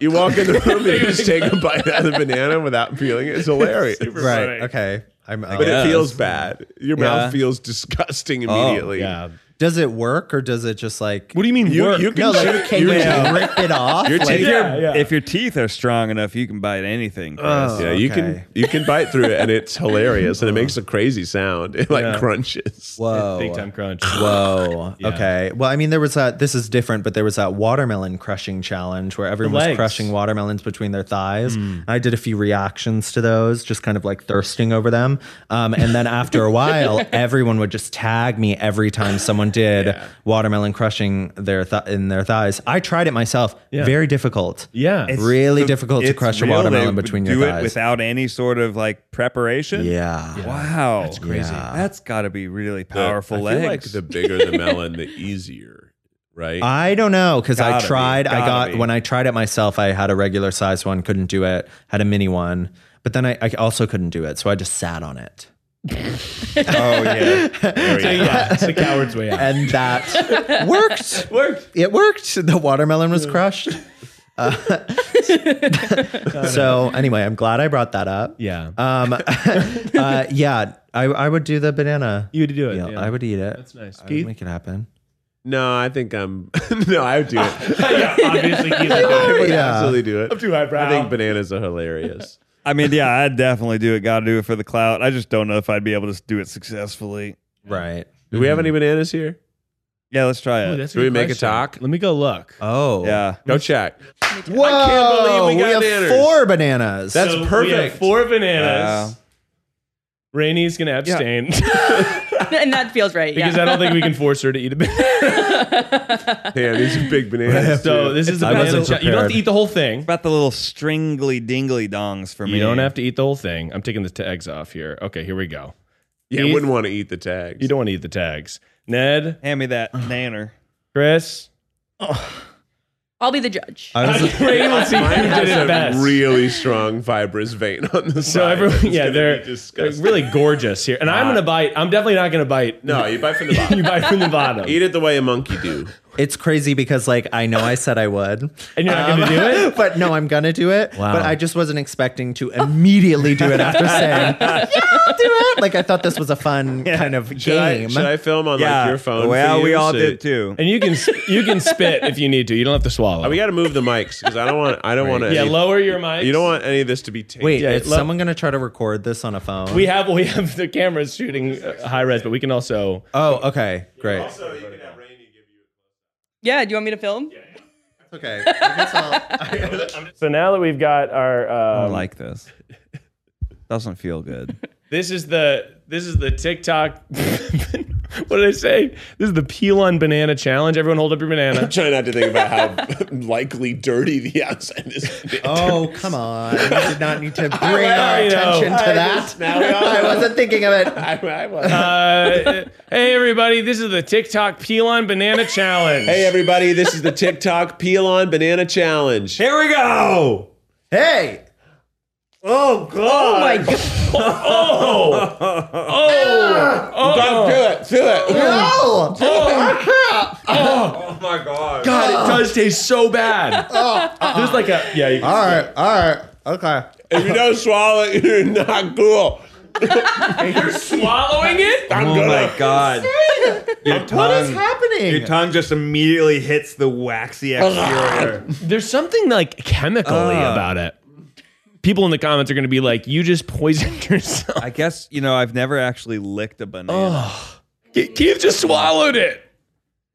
You walk in the room and you just take a bite out of the banana without peeling it. It's hilarious. Right. Okay. I'm. But uh, it feels bad. Your Yeah. mouth feels disgusting Oh, immediately. yeah. Does it work or does it just like? What do you mean? You- work? you No, like can you Yeah. rip it off? Your Like- teeth- yeah, yeah. Uh, If your teeth are strong enough, you can bite anything. Chris. Oh, Yeah, you okay. Oh. can you can bite through it and it's hilarious and it makes a crazy sound. It like crunches. Whoa. big time crunch. Whoa. Okay. Well, I mean, there was that. This is different, but there was that watermelon crushing challenge where everyone was legs. Hmm. crushing watermelons between their thighs. I did a few reactions to those, just kind of like thirsting over them. Um, and then after a while, everyone would just tag me every time someone did watermelon crushing their th- in their thighs. I tried it myself. Very difficult. Yeah. It's- really difficult to it's crush a real. watermelon They between do your it thighs. without any sort of like preparation. yeah. Wow. That's crazy. Yeah. That's got to be really The- powerful I feel legs. like the bigger the melon, the easier. right? I don't know because I Gotta be, tried. I gotta got be. when I tried it myself. I had a regular size one, couldn't do it. Had a mini one, but then I, I also couldn't do it, so I just sat on it. Oh yeah. So, yeah, it's the coward's way out. and that worked. Worked. It worked. The watermelon was crushed. Uh, so anyway, I'm glad I brought that up. Yeah. Um, uh, yeah, I, I would do the banana. You would do it, Yeah, yeah. I would eat it. That's nice. I would Keith? make it happen. No, I think I'm. no, I would do it. obviously, Keith would do it. I would Yeah. absolutely do it. I'm too highbrow. I think bananas are hilarious. I mean, yeah, I'd definitely do it. Got to do it for the clout. I just don't know if I'd be able to do it successfully. Right. Mm. Do we have any bananas here? Yeah, let's try Ooh, it. that's Should we good make a question. talk? Let me go look. Oh. yeah. Go check. Whoa. I can't believe we got Oh, have bananas. four bananas. That's So perfect. We have four bananas. Wow. Rainy's gonna abstain and that feels right. because yeah. I don't think we can force her to eat a banana. Damn, these are big bananas. so this is a I banana. wasn't challenge. You don't have prepared. to eat the whole thing. About the little stringly dingly dongs for me. You don't have to eat the whole thing. I'm taking the tags off here. Okay, here we go. yeah, I Keith, wouldn't want to eat the tags. You don't want to eat the tags. Ned, Hand me that nanner. Chris, I'll be the judge. I was Rainy will see who Mine did has it a best. really strong fibrous vein on the side. so everyone, It's yeah, gonna they're, be they're disgusting. Uh, really gorgeous here, and I'm gonna bite. I'm definitely not gonna bite. No, you buy from the bottom. you bite from the bottom, Eat it the way a monkey do. It's crazy because like I know I said I would. and you're not Um, gonna do it. but no, I'm gonna do it. But I just wasn't expecting to immediately do it after saying, "Yeah, I'll do it." Like I thought this was a fun kind of Should I, game. should I film on Yeah. like your phone? Well, for you we all so- did too. And you can you can spit if you need to. You don't have to swallow. Oh, we got to move the mics because I don't want. I don't want to. yeah, lower your mic. You don't want any of this to be taped. Wait, Yeah, is let- someone gonna try to record this on a phone? We have we have the cameras shooting uh, high res, but we can also. oh, okay, great. yeah, do you want me to film? Okay, I guess I'll- So now that we've got our, I um, don't like this. Doesn't feel good. this is the this is the TikTok. what did I say? This is the peel on banana challenge. Everyone hold up your banana. Try not to think about how likely dirty the outside is. oh, come on! You did not need to bring our I know. attention to I that. just- now we all I know. wasn't thinking of it. I, I was. Uh, hey everybody, this is the TikTok peel on banana challenge. hey everybody, this is the TikTok peel on banana challenge. Here we go. Hey, Oh my god. Don't do it. Do it. no! Oh my god. God, it does taste so bad. There's like a yeah. You, All right, all right, okay. If you don't swallow it, you're not cool. you're swallowing it. Oh my god. Your tongue, What is happening? Your tongue just immediately hits the waxy exterior. There's something like chemically about it. People in the comments are going to be like, "You just poisoned yourself." I guess you know I've never actually licked a banana. Keith just swallowed it.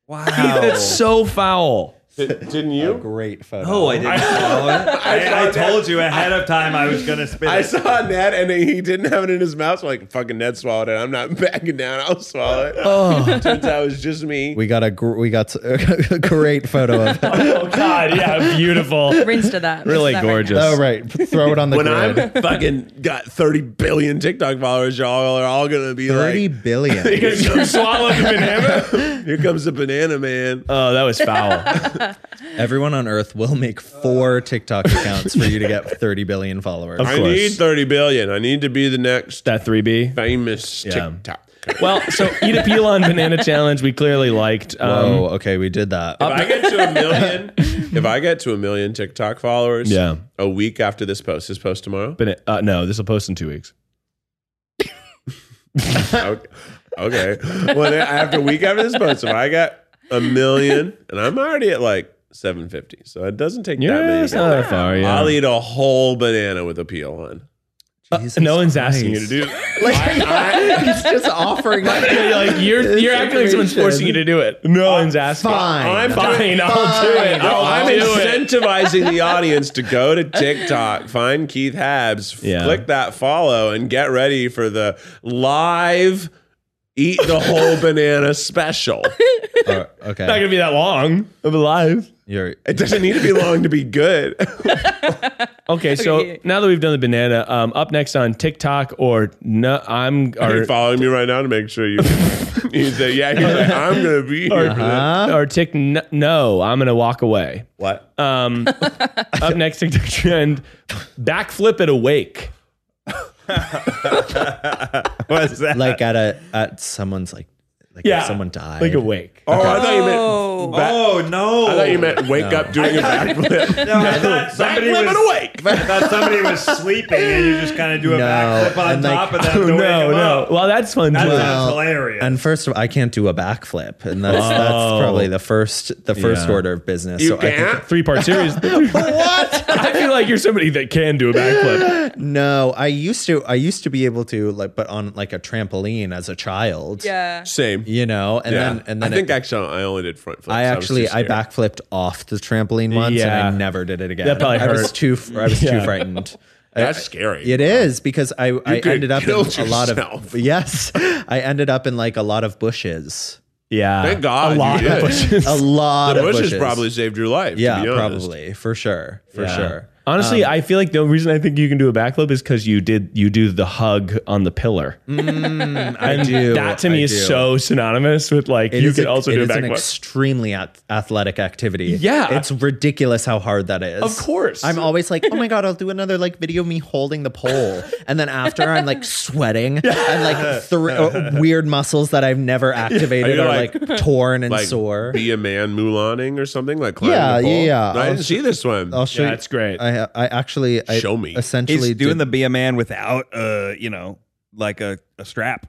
Wow. That's so foul. Didn't you? Great photo. Oh, I didn't swallow it. I, I, told you ahead of time I was gonna spit. I it. saw Ned and he didn't have it in his mouth. So like, fucking Ned swallowed it. I'm not backing down. I'll swallow it. Oh. Turns out it was just me. We got a gr- we got a great photo of it. Oh God, yeah, beautiful. Rinse to that. Rinse Really to that right gorgeous. Oh right, throw it on the when I'm grid. fucking got 30 billion TikTok followers, y'all are all gonna be Thirty like, billion. Because you swallowed the banana. "Here comes the banana man." Oh, that was foul. Everyone on Earth will make four TikTok accounts for you to get thirty billion followers. Of I course. need 30 billion. I need to be the next that three B. famous Yeah. TikTok. Well, so eat a peel on banana challenge. We clearly liked. Um, Uh, oh, okay, we did that. If I get to a million, if I get to a million TikTok followers, Yeah. a week after this post, this post tomorrow. bana- uh, no, this will post in two weeks. okay. okay. Well, then after a week after this post, if I got a million, and I'm already at like 750, so it doesn't take Yeah, that many. it's not that far, uh, yeah. I'll eat a whole banana with a peel on. Jesus uh, No one's asking you to Christ. do. That. Like he's just offering. You're like you're you're acting like someone's forcing you to do it. No one's asking. Fine. I'm fine. I'll do it. No, I'll Oh, I'm do it. incentivizing the audience to go to TikTok, find Keith Habs, Yeah. click that follow, and get ready for the live Eat the whole banana special. okay. Not gonna be that long of a live. You're, it doesn't need to be long to be good. okay, so now that we've done the banana, um, up next on TikTok or no, I'm Are or, you following me right now to make sure you? he's like, yeah, he's like, I'm gonna be here. or, for this." or tick n- no, I'm gonna walk away. What? Um, up next TikTok trend: backflip at a wake. What's that? like at a at someone's like like if someone died. like a wake. Oh, I thought you meant. Back, Oh no! I thought you meant wake up doing a backflip. No, I thought somebody Backflip and was awake. I thought somebody was sleeping and you just kind of do a No, backflip on and like- top of oh, them. to no, wake 'em no. up. Well, that's fun. That too. sounds hilarious. And first of all, I can't do a backflip, and that's Oh. that's probably the first the first Yeah. order of business. You I can't. Three part series. what? I feel like you're somebody that can do a backflip. No, I used to I used to be able to like, but on like a trampoline as a child. Yeah. Same. You know, and yeah. then and then I think it- actually I only did front flips. was I too actually I scared. backflipped off the trampoline once, Yeah. and I never did it again. That probably I was hurt. too fr- I was Yeah. too frightened. That's I- scary. It is because I, I could've ended up in killed a lot yourself. of yes, I ended up in like a lot of bushes. Yeah. Thank God A you lot did. of bushes. A lot The of bushes bushes probably saved your life. to Yeah, be honest. probably for sure, for Yeah. sure. Honestly, I feel like the reason I think you can do a backflip is because you did you do the hug on the pillar. I and do. that to I me is do. so synonymous with like It you is could a- also it do a is an backflip. extremely ath- athletic activity. Yeah. it's ridiculous how hard that is. Of course. I'm always like, oh my god, I'll do another like video of me holding the pole, and then after I'm like sweating and like thr- uh, weird muscles that I've never activated Are are you, like, torn and Like sore. be a man Mulaning or something like climbing Yeah, the yeah, pole? yeah. I I'll didn't sh- see this one. I'll show Yeah, you. it's great. I I actually I Show me. essentially He's doing did- the be a man without uh you know like a, a strap,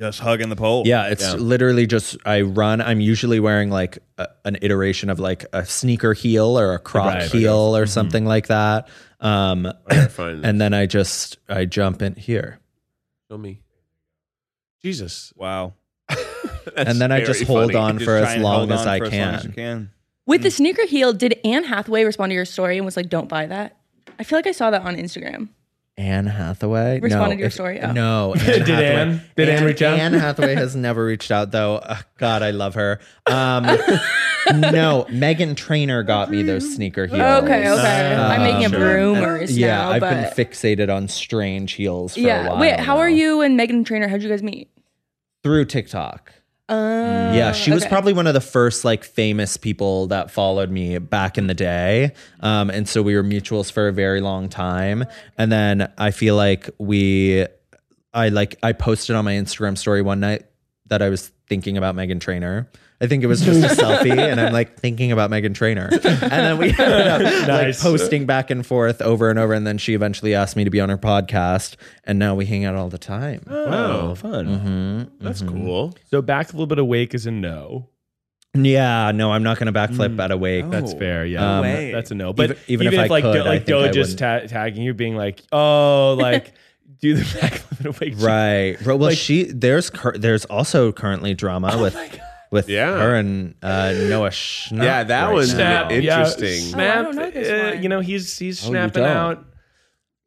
just hugging the pole. Yeah, it's literally just I run. I'm usually wearing like a, an iteration of like a sneaker heel or a croc Right. heel or something like that. Um, I gotta find and then I just I jump in here, show me. Jesus. Wow. That's and then I very just hold funny. on Just for try as and long hold as on I for can. long as you can. With the sneaker heel, did Anne Hathaway respond to your story and was like, "Don't buy that"? I feel like I saw that on Instagram. Anne Hathaway Responded no, to your story? Oh. No, Anne Did Hathaway. Anne- did Anne reach out? Anne Hathaway has never reached out though. Ugh, God, I love her. Um, no, Megan Trainer got me those sneaker heels. Okay, okay. I'm making up Um, rumors Yeah, now, I've but been fixated on strange heels for a yeah. while. Wait, how now. are you and Megan Trainer? How'd you guys meet? Through TikTok. Um, Mm, yeah, she was okay. probably one of the first like famous people that followed me back in the day. Um, and so we were mutuals for a very long time. And then I feel like we, I like, I posted on my Instagram story one night that I was thinking about Megan Trainer. I think it was just a selfie, and I'm like thinking about Megan Trainer, and then we ended up like Nice. posting back and forth over and over, and then she eventually asked me to be on her podcast, and now we hang out all the time. Oh. Wow, Oh, fun. Mm-hmm. That's cool. So backflip at a wake is a no. Yeah, no, I'm not going to backflip Mm. at a wake. That's Oh, fair. no Yeah, Um, way. that's a no. But Even- even if I like could, I like think I Doja's ta- tagging you, being like, oh, like do the backflip at a wake. Right. Right. Well, Like- Oh she there's cur- there's also currently drama with with Yeah. her and uh, Noah Schnapp. Yeah, that right one's now. Snap, yeah, interesting. Oh, I snap. don't know this uh, one. you know, he's he's Oh, you snapping don't. out.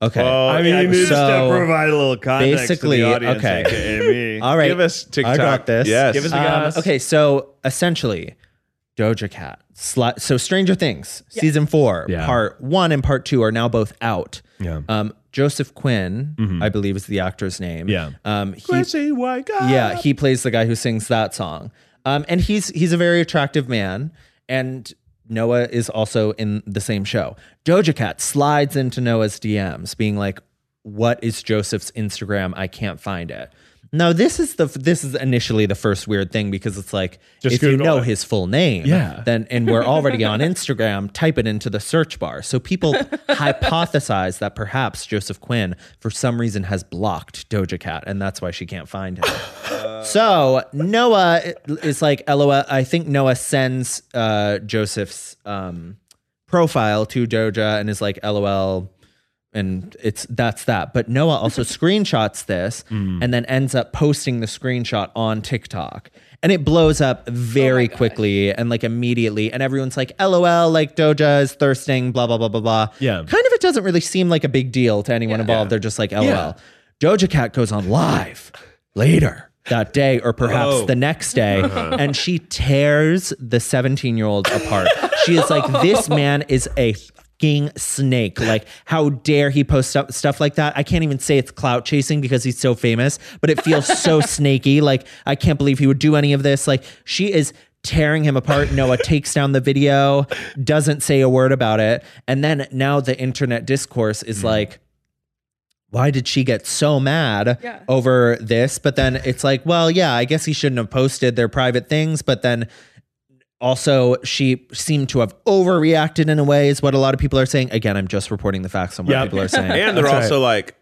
Okay. Oh, I I mean, mean, just so to provide a little context basically, to the audience, okay. aka me. All right. Give us TikTok. I got this. Yes. Give us the Um, gas. okay, so essentially, Doja Cat. Sli- so Stranger Things season four, Yeah. part one and part two are now both out. Yeah. Mm-hmm. Um, Joseph Quinn, I believe is the actor's name. Yeah. Um, he, Quincy White guy. Yeah, he plays the guy who sings that song. Um, and he's he's a very attractive man. And Noah is also in the same show. Doja Cat slides into Noah's DMs, being like, "What is Joseph's Instagram? I can't find it." Now this is the this is initially the first weird thing because it's like Just if you Google know it. his full name, Yeah. then and we're already on Instagram, type it into the search bar. So people hypothesize that perhaps Joseph Quinn for some reason has blocked Doja Cat and that's why she can't find him. So Noah is like, LOL. I think Noah sends uh, Joseph's um, profile to Doja and is like, LOL. And it's that's that. But Noah also screenshots this and then ends up posting the screenshot on TikTok. And it blows up very quickly and like immediately. And everyone's like, LOL, like Doja is thirsting, blah, blah, blah, blah, blah. Yeah. Kind of it doesn't really seem like a big deal to anyone involved. They're just like, LOL. Doja Cat goes on live later that day or perhaps Oh. the next day. Uh-huh. And she tears the 17 year old apart. she is like, this man is a fucking snake. Like, how dare he post stuff, stuff like that? I can't even say it's clout chasing because he's so famous, but it feels so snaky. Like, I can't believe he would do any of this. Like, she is tearing him apart. Noah takes down the video, doesn't say a word about it. And then now the internet discourse Mm. is like, why did she get so mad over this? But then it's like, well, yeah, I guess he shouldn't have posted their private things. But then also, she seemed to have overreacted in a way, is what a lot of people are saying. Again, I'm just reporting the facts on what people are saying. And they're That's right. also like,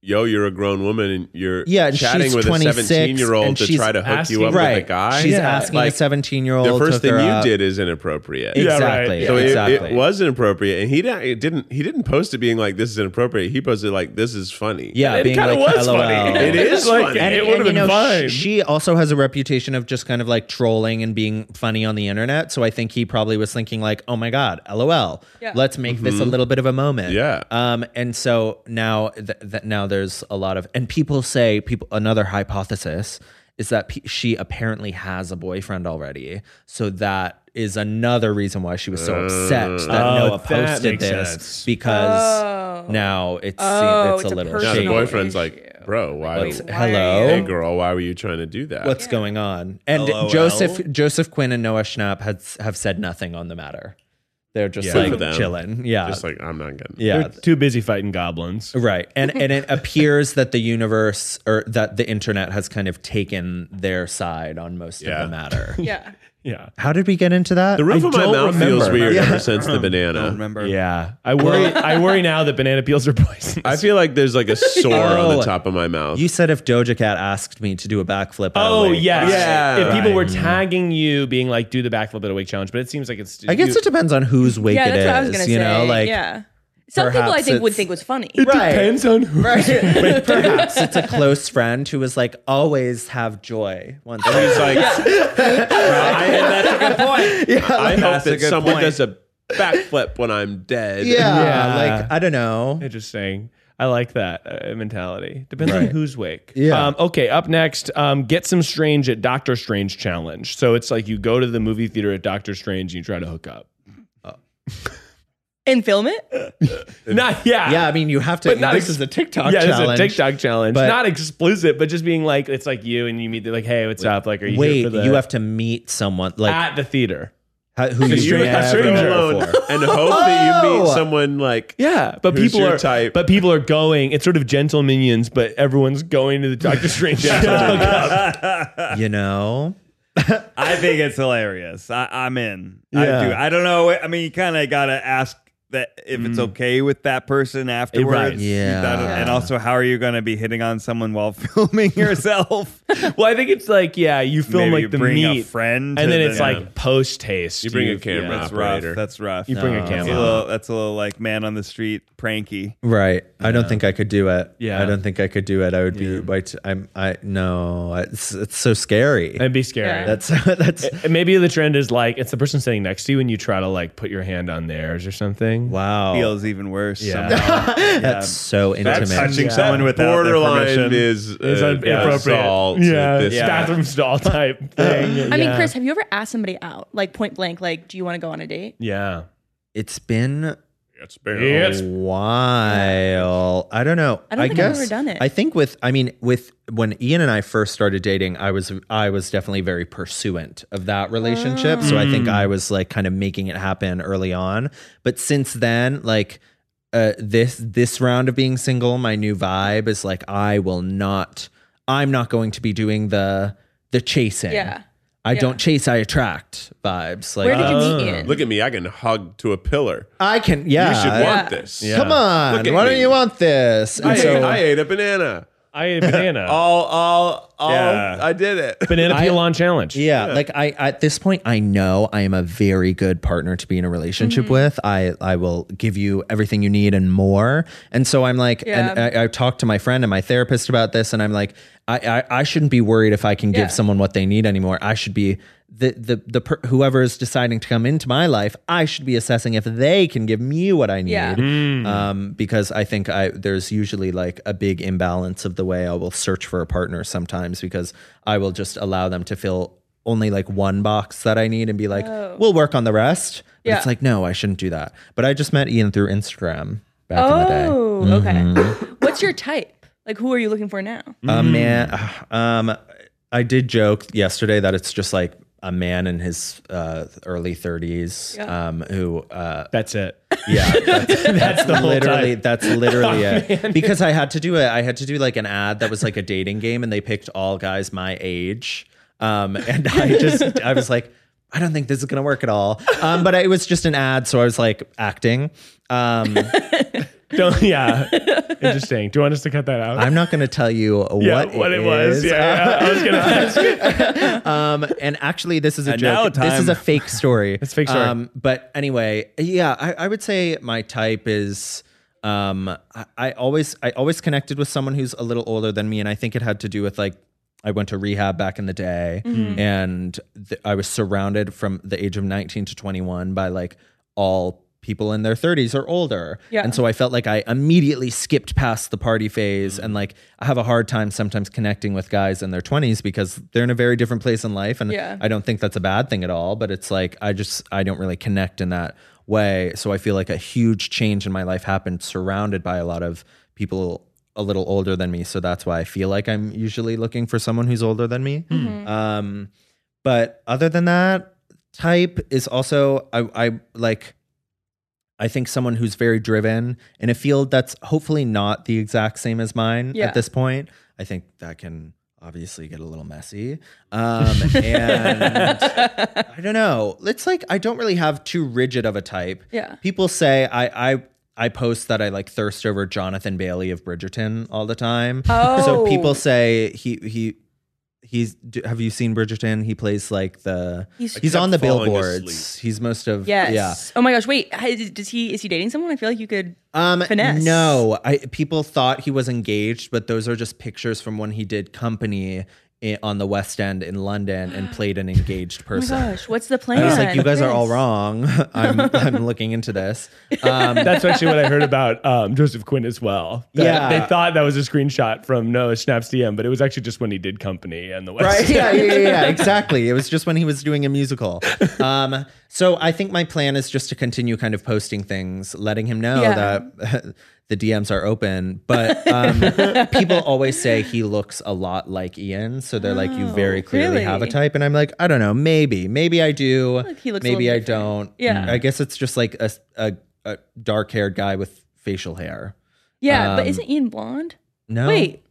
yo, you're a grown woman and you're Yeah, and chatting she's with a 26 17 year old and to she's try to hook asking- you up Right. with a guy. She's asking a 17-year-old The to first thing hook you her up. did is inappropriate. Yeah, Exactly. right. So it- It, Exactly. was inappropriate, and he didn't, it didn't. He didn't post it being like this is inappropriate. He posted like this is funny. Yeah, And being like, LOL. It is funny. And, and, you know, sh- She also has a reputation of just kind of like trolling and being funny on the internet. So I think he probably was thinking like, oh my god, LOL. Yeah. Let's make this a Mhm. little bit of a moment. Yeah. Um. And so now th- that now there's a lot of and people say people another hypothesis is that pe she apparently has a boyfriend already. So that is another reason why she was so upset Mm. that Oh, Noah that posted makes this sense. because Oh. now it's Oh, it's, it's a a little Now the shady. boyfriend's like, bro, why? What's- hello? hey girl, why were you trying to do that? What's going on? And LOL. Joseph Joseph Quinn and Noah Schnapp has have said nothing on the matter. They're just Yeah. Good for like them. chilling. Yeah. Just like, I'm not getting it. Yeah. They're too busy fighting goblins. Right. And and it appears that the universe or that the internet has kind of taken their side on most Yeah. of the matter. Yeah. Yeah. How did we get into that? The roof of my don't mouth feels remember. weird Yeah. ever since the banana. Yeah, I worry. I worry now that banana peels are poisonous. I feel like there's like a sore on Oh. the top of my mouth. You said if Doja Cat asked me to do a backflip, I Oh would. yes, Yeah, If people right. were tagging you, being like, "Do the backflip at a wake challenge," but it seems like it's. I guess you- it depends on whose wake yeah, it that's is. what I was gonna you say. know, like yeah. Some people I perhaps think would it's- think was funny. depends on who. Right. Perhaps it's a close friend who was like, always have joy. Once And he's like, that's a good point. Yeah, I like- hope That's a that good someone point. does a backflip when I'm dead. Yeah, like, I don't know. Interesting. I like that uh, mentality. Depends on Right. who's wake. Yeah. Um, okay. Up next, um, get some strange at Doctor Strange challenge. So it's like you go to the movie theater at Doctor Strange and you try to hook up. And film it? Not yeah. Yeah, I mean you have to. Ah. But not this ex- is a TikTok yeah, challenge. this is a TikTok challenge. But- not explicit, but just being like, it's like you and you meet. They're like, hey, what's up? Like, are you Wait, Here for the, you have to meet someone like at the theater. ha- who So you you're a have stranger. and hope that you meet Oh! someone like Yeah, but who's people your are type. but people are going. It's sort of gentle minions, but everyone's going to the Doctor Strange. challenge. You know, I think it's hilarious. I, I'm in. I Yeah. do. I don't know. I mean, you kind of got to ask that if it's Mm. okay with that person afterwards. Yeah. That- and also, how are you going to be hitting on someone while filming yourself? well, I think it's like yeah, you film Maybe like you the bring a meat friend to and then the- it's Yeah. like post haste. You bring a camera that's operator. rough. That's rough. You bring a No. camera. That's a, little, that's a little like man on the street pranky. Right. I don't think I could do it. Yeah. I don't think I could do it. I would be way too, I'm I no, it's it's so scary. It'd be scary. Yeah. That's that's And maybe the trend is like it's the person sitting next to you and you try to like put your hand on theirs or something. Wow, Feels even worse. Oh. Yeah. somehow. Yeah. That's so intimate. touching someone without their borderline permission. is It's uh, inappropriate. assault yeah, at this yeah. bathroom stall type thing. I mean, Yeah. Chris, have you ever asked somebody out, like point blank, like, do you want to go on a date? Yeah. It's been it's been a It's- while. I don't know. I don't think I've guess, ever done it. I think with I mean with when Ian and I first started dating, I was I was definitely very pursuant of that relationship. So I think Mm. I was like kind of making it happen early on. But since then, like uh, this this round of being single, my new vibe is like I will not. I'm not going to be doing the the chasing. Yeah. I Yeah. don't chase, I attract vibes. Like, uh, Look at me. I can hug to a pillar. I can, Ah, yeah. You should want this. Come Look on, at why me. don't you want this? I, ate, I ate a banana. I ate a banana. all, all, all. Yeah. Oh, I did it. Banana peel on challenge. Yeah, like I at this point, I know I am a very good partner to be in a relationship Mhm. with. I I will give you everything you need and more. And so I'm like, and Yeah. I, I talked to my friend and my therapist about this, and I'm like, I I, I shouldn't be worried if I can Yeah. give someone what they need anymore. I should be the the the per- whoever is deciding to come into my life, I should be assessing if they can give me what I need. Yeah. Mm-hmm. Um, because I think I there's usually like a big imbalance of the way I will search for a partner sometimes because I will just allow them to fill only like one box that I need and be like, Oh. we'll work on the rest. But it's Yeah. like, no, I shouldn't do that. But I just met Ian through Instagram back Oh, in the day. okay. Mhm. What's your type? Like, who are you looking for now? A man. Um, I did joke yesterday that it's just like a man in his uh, early 30s Yeah. um, who. Uh, that's it. Yeah, that's, That's the whole literally type. that's literally Oh, it. man. Because I had to do a I had to do like an ad that was like a dating game, and they picked all guys my age. Um, and I just I was like, I don't think this is gonna work at all. Um, but it was just an ad, so I was like acting. Um, Don't, yeah. Interesting. Do you want us to cut that out? I'm not going to tell you what, Yeah, what it was. is. Yeah, yeah. I was gonna um, and actually, this is a And now joke. This is time. a fake story. Um, it's fake story. but anyway, yeah, I, I would say my type is. Um, I, I always I always connected with someone who's a little older than me, and I think it had to do with like I went to rehab back in the day, Mhm. and th- I was surrounded from the age of nineteen to twenty one by like all people in their 30s or older. Yeah. And so I felt like I immediately skipped past the party phase and like I have a hard time sometimes connecting with guys in their 20s because they're in a very different place in life and Yeah. I don't think that's a bad thing at all, but it's like I just I don't really connect in that way. So I feel like a huge change in my life happened surrounded by a lot of people a little older than me, so that's why I feel like I'm usually looking for someone who's older than me. Mhm. Mm-hmm. Um but other than that, type is also I I like I think someone who's very driven in a field that's hopefully not the exact same as mine Yeah. at this point. I think that can obviously get a little messy. Um, and I don't know. It's like I don't really have too rigid of a type. Yeah. People say I I I post that I like thirst over Jonathan Bailey of Bridgerton all the time. So Oh. people say he he he's do, have you seen Bridgerton? He plays like the He's- he's, I kept on the falling billboards. He's most of Yes. yeah. Oh my gosh. Wait. hi- Does he? Is he dating someone? I feel like you could oh Um, finesse. No, I people thought he was engaged, but those are just pictures from when he did company i- on the West End in London and played an engaged Oh my person. gosh. What's the plan? I was like, you guys are all Chris? wrong. I'm, I'm looking into this. Um, That's actually what I heard about um, Joseph Quinn as well. That Yeah. they thought that was a screenshot from Noah Snaps DM, but it was actually just when he did company and the West. Right? Yeah, yeah, yeah, yeah. Exactly. It was just when he was doing a musical. Um, so I think my plan is just to continue kind of posting things, letting him know Yeah. that the DMs are open. But um, people always say he looks a lot like Ian, so they're like, you very clearly really? have a type, and I'm like, I don't know, maybe, maybe I do, he looks a maybe little I different. don't. Mm-hmm. Yeah. I guess it's just like a a, a dark haired guy with facial hair. Yeah, but Um, isn't Ian blonde? no. Wait.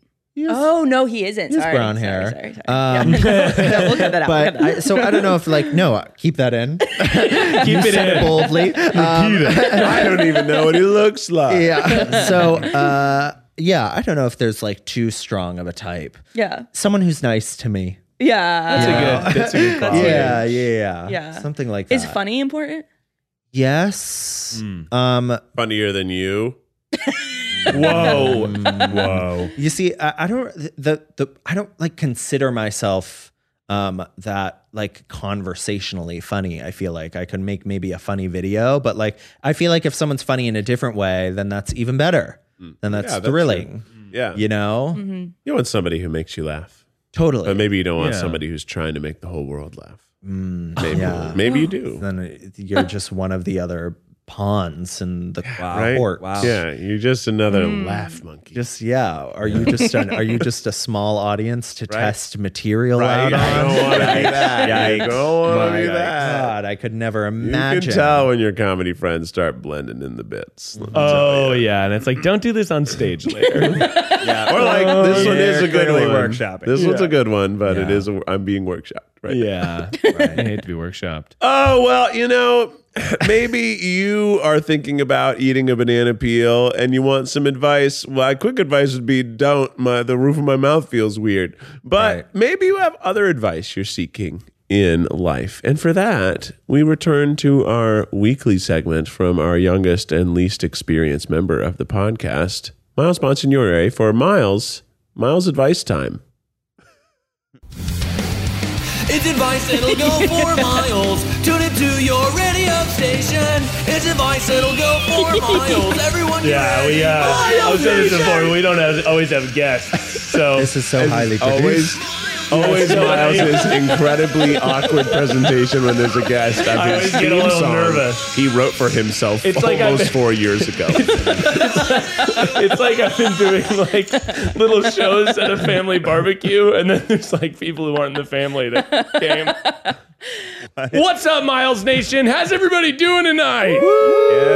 oh no, he isn't. He has Sorry, brown sorry, hair. Sorry, sorry. Um, Yeah, we'll cut that out, we'll But cut that I, so I don't know if like no, keep that in. keep Keep it in. said it boldly. Um, I don't even know what he looks like. yeah. So uh, yeah, I don't know if there's like too strong of a type. Yeah. Someone who's nice to me. Yeah. you know? yeah, yeah, yeah, Yeah. Something like that. Is funny important? Yes. Hmm. Um, Funnier than you. Whoa. Whoa. You see, I, I don't the the I don't like consider myself um that like conversationally funny. I feel like I could make maybe a funny video, but like I feel like if someone's funny in a different way, then that's even better. Then that's, Yeah, that's thrilling. Yeah. You know? Mhm. You want somebody who makes you laugh. Totally. But maybe you don't want Yeah. somebody who's trying to make the whole world laugh. Mm, Maybe. yeah. Maybe you do. Then uh, you're just one of the other pawns in the Right? court. Yeah. You're just another laugh monkey. Mm. Just yeah. Are you just an, are you just a small audience to test material Right. out I on? don't want to be that. I don't want to My be that. God, I could never You Ah, imagine. can tell when your comedy friends start blending in the bits. Oh yeah, and it's like, don't do this on stage later. yeah. Or like this one is a good clearly one. workshopping. This one's Yeah. a good one, but it Yeah. is. A, I'm being workshopped right. yeah, I hate to be workshopped. Oh well, you know, maybe you are thinking about eating a banana peel and you want some advice. Well, my quick advice would be don't. My the roof of my mouth feels weird. But maybe you have other advice you're seeking in life. And for that, we return to our weekly segment from our youngest and least experienced member of the podcast, Miles Monsignore, for Miles Miles advice time. It's advice that'll go four miles. Tune it to your radio station. It's advice that'll go four miles. Everyone, get Yeah, we. Uh, ready. I was saying this before. We don't have, always have guests, so this is so highly Always, always Miles' incredibly awkward presentation when there's a guest. I After his always get a theme little song nervous. He wrote for himself It's like almost I've- four years ago. it's like I've been doing like little shows at a family barbecue, and then there's like people who aren't in the family that came. What's up, Miles Nation? How's everybody doing tonight?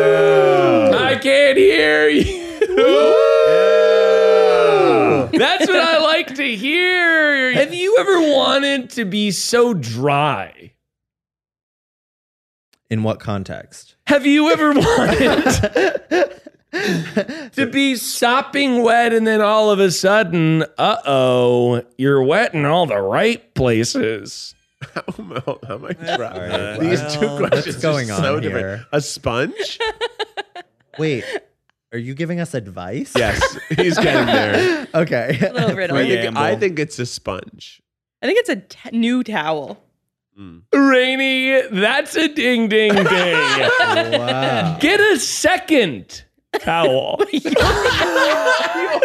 I can't hear you. That's what I like to hear. Have you ever wanted to be so dry? In what context? Have you ever wanted to be sopping wet and then all of a sudden, uh oh, you're wet in all the right places? How am I All right, These well, two what's questions going are on so here? different. A sponge? Wait, are you giving us advice? Yes, he's getting there. okay. A little riddle. I think, I Gamble. think it's a sponge. I think it's a t- new towel. Rainy, that's a ding ding ding. Get a second towel.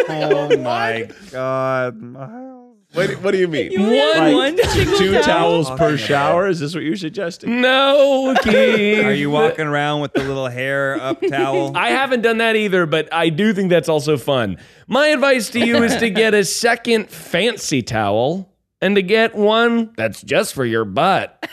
oh my god, Miles. What, what do you mean? only had one single two towel? towels per Talking shower? Is this what you're suggesting? No, Keith. Are you walking around with the little hair up towel? I haven't done that either, but I do think that's also fun. My advice to you is to get a second fancy towel and to get one that's just for your butt.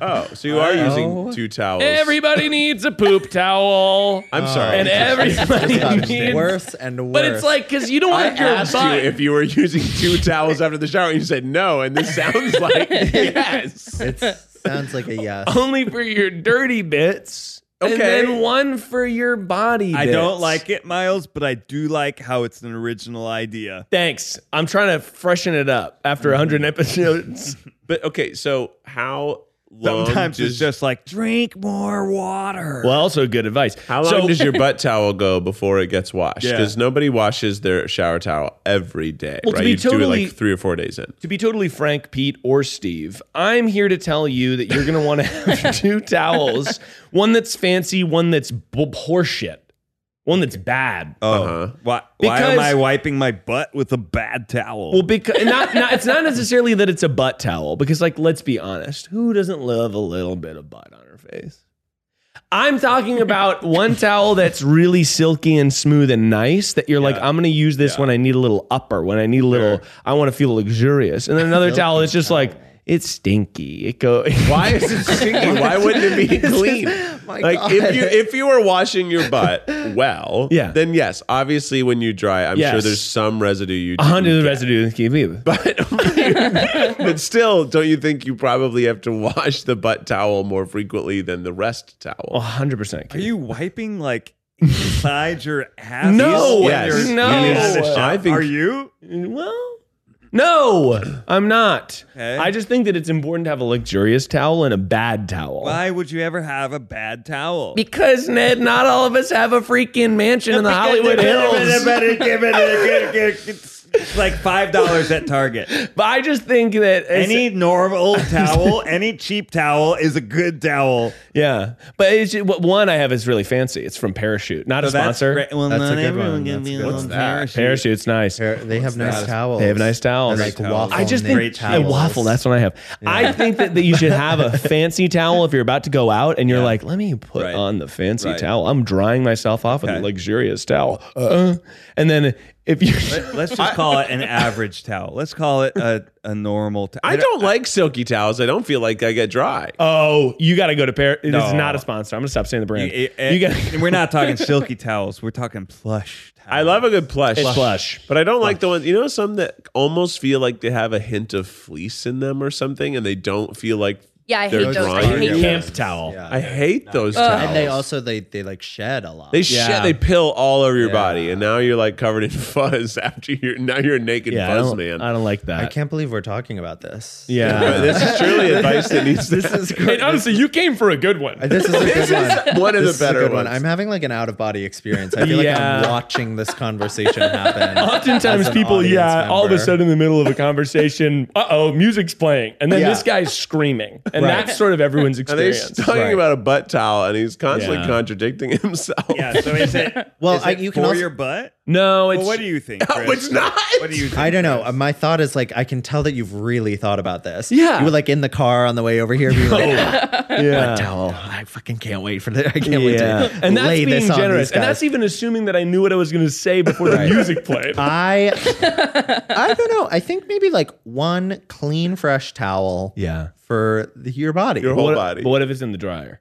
Oh, so you are using two towels. Everybody needs a poop towel. I'm sorry. And everybody Got needs. worse and worse. But it's like, because you don't I want your asked butt. you if you were using two towels after the shower, and you said no, and this sounds like yes. It's, sounds like a yes. Oh. only for your dirty bits. And Okay. then one for your body. I don't bits. like it, Miles, but I do like how it's an original idea. Thanks. I'm trying to freshen it up after 100 episodes. But okay, so how long Sometimes does it's just like drink more water. well, also good advice. how long does your butt towel go before it gets washed? Yeah. Because nobody washes their shower towel every day, Well, to right? be you do it totally- like three or four days in. To be totally frank, Pete or Steve, I'm here to tell you that you're going to want to have two towels one that's fancy, one that's b- horseshit, one that's bad. Oh, why, why Because- am I wiping my butt with a bad towel? Well, because not, not, it's not necessarily that it's a butt towel, because, like, let's be honest, who doesn't love a little bit of butt on her face? I'm talking about one towel that's really silky and smooth and nice that you're like, I'm going to use this when I need a little upper, when I need a little, I want to feel luxurious. And then another towel that's just like, it's stinky. It go. Why is it stinky? Why wouldn't it be clean? oh like if you if you are washing your butt well, Yeah. then yes, obviously when you dry, I'm sure Yes. there's some residue you A hundred of residue can leave. But still, don't you think you probably have to wash the butt towel more frequently than the rest A towel? hundred percent. Are you wiping like inside your ass? No, when Yes. you're- no. when you're out of I shot? think- Are you? Well, no, I'm not. Okay. I just think that it's important to have a luxurious towel and a bad towel. Why would you ever have a bad towel? Because Ned, not all of us have a freaking mansion in the Hollywood Hills. It's like five dollars at Target. But I just think that it's- Any normal towel, any cheap towel is a good towel. yeah. But it's just, what one I have is really fancy. It's from Parachute, not a sponsor. great. Well, That's a not good everyone one. can That's be a good on one. parachute. Parachute's nice. They're- they have nice that? towels. They have nice towels. Like Great waffle I just think knit a towels. waffle. That's what I have. I think that, that you should have a fancy towel if you're about to go out and you're like, let me put Right. on the fancy Right. towel. I'm drying myself off with a luxurious towel. Uh, and then if you Let's just call it an average towel. Let's call it a, a normal towel. I don't like silky towels. I don't feel like I get dry. oh, you got to go to Paris. This is No. not a sponsor. I'm gonna stop saying the brand. You, You- eh, got and we're not talking silky towels. We're talking plush towels. I love a good plush. It's plush. But I don't like the ones, you know, some that almost feel like they have a hint of fleece in them or something and they don't feel like Yeah, I hate They're those. drying I hate their camp clothes. towel. I hate those Ugh. towels. And they also they they like shed a lot. They shit. They pill all over your body, and now you're like covered in fuzz. After you're now you're a naked Yeah, I fuzz don't- man. I don't like I can't believe we're talking about this. Yeah. But this is truly advice that needs to This is And honestly, you came for a good one. This is a good one. one of This the is a better good ones. I'm having like an out of body experience. I feel like Yeah. I'm watching this conversation happen. Oftentimes, as an people, audience yeah, all of a member. sudden in the middle of a conversation, uh oh, music's playing. And then Yeah. this guy's screaming. And Right. that's sort of everyone's And he's experience. talking about a butt towel, and he's constantly Yeah. contradicting himself. Yeah, so is it? Well, is I- it you can for also- your butt. No, Well, what do you think? Chris? it's not. What do you think? I don't know. My thought is like I can tell that you've really thought about this. Yeah. you were like in the car on the way over here. Being like, Yeah. "Butt towel. I fucking can't wait for this. I can't wait to and that's lay being this on generous. these And that's guys." even assuming that I knew what I was going to say before the Right. Uh, music played. I I don't know. I think maybe like one clean fresh towel. Yeah. for the, your body. Your whole What- body. But what if it's in the dryer?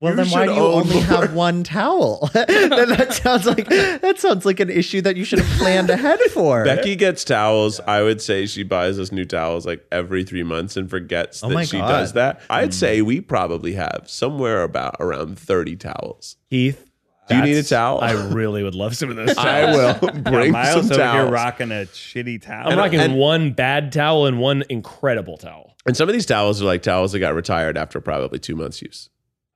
Well, You then why should do you own only more. have one towel? then that sounds like that sounds like an issue that you should have planned ahead for. Becky gets towels. I would say she buys us new towels like every three months and forgets Oh my that she God. does that. I'd say we probably have somewhere about around 30 towels. Heath, Do you need a that's- towel? I really would love some of this. I will bring Miles some over here towels. rocking a shitty towel. I'm rocking and- one bad towel and one incredible towel. and some of these towels are like towels that got retired after probably two months' use.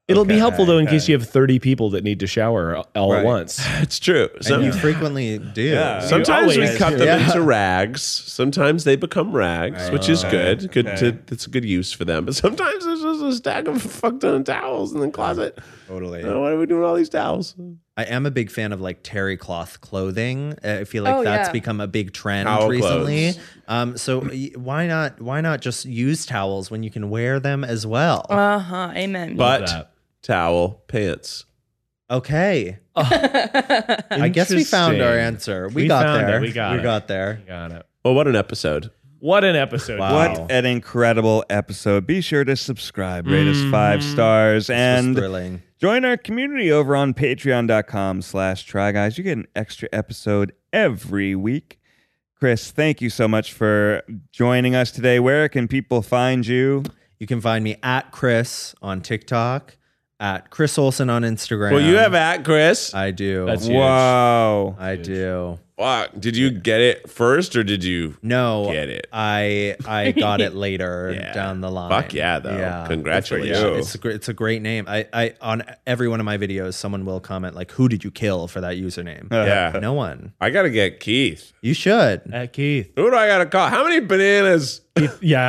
It'll be helpful though in case you have 30 people that need to shower all Right. at once. It's true. And Some- you frequently do. Yeah. Sometimes we always cut do. them Yeah. into rags. Sometimes they become rags, which is good. Good, Okay. to, that's a good use for them. But sometimes there's just a stack of fuck ton of towels in the closet. Totally. Uh, What are we doing with all these towels? I am a big fan of like terry cloth clothing. Uh, I feel like Oh, that's yeah. become a big trend Towel recently. clothes. Um, so y- why not why not just use towels when you can wear them as well? Uh huh. Amen. But that. towel pants. okay. I guess we found our Interesting. answer. We, We got found it. there. We got it. there. Got it. Well, Oh, what an episode. What an episode. Wow. What an incredible episode. Be sure to subscribe, rate us five stars, This was and thrilling. join our community over on patreon.com slash try guys. You get an extra episode every week. Chris, thank you so much for joining us today. Where can people find you? You can find me at Chris on TikTok, at Chris Olson on Instagram. Well, you have at Chris. I do. That's huge. Wow. I do. Fuck. Did you get it first or did you? No, Get it. I I got it later Yeah. down the line. Fuck yeah, though. Congratulations. It's, it's, a gr- it's a great name. I, I on every one of my videos, someone will comment like, "Who did you kill for that username?" Yeah. no one. I got to get Keith. You should. At Keith. Who do I got to call? How many bananas? Yeah.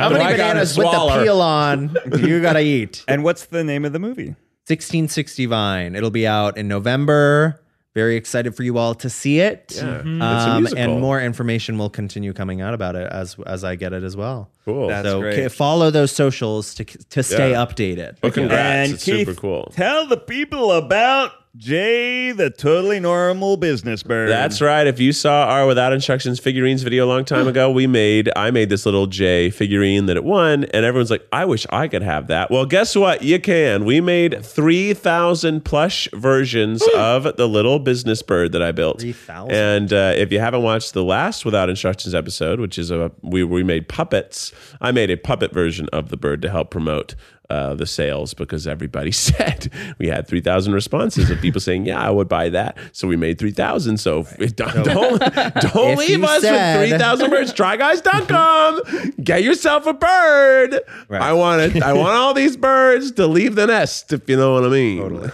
How but- many I gotta bananas with the swallow. peel on? you gotta eat. And what's the name of the movie? 1660 Vine. It'll be out in November. Very excited for you all to see it. It's a Um, musical. and more information will continue coming out about it as as I get it as well. Cool. That's so great. k- follow those socials to to stay Yeah. updated. Well, congrats. And it's Keith, super cool. Tell the people about Jay, the totally normal business bird. That's right. If you saw our Without Instructions figurines video a long time ago, we made I made this little J figurine that it won, and everyone's like, "I wish I could have that." Well, guess what? You can. We made three thousand plush versions of the little business bird that I built. 3,000. And uh, if you haven't watched the last Without Instructions episode, which is a we we made puppets, I made a puppet version of the bird to help promote. Uh, the sales because everybody said we had 3,000 responses of people saying, Yeah, I would buy that. So we made 3,000. So if- don't, don't, If leave you us said- with 3,000 birds. Tryguys.com. Get yourself a bird. Right. I want it. I want all these birds to leave the nest, if you know what I mean. Totally.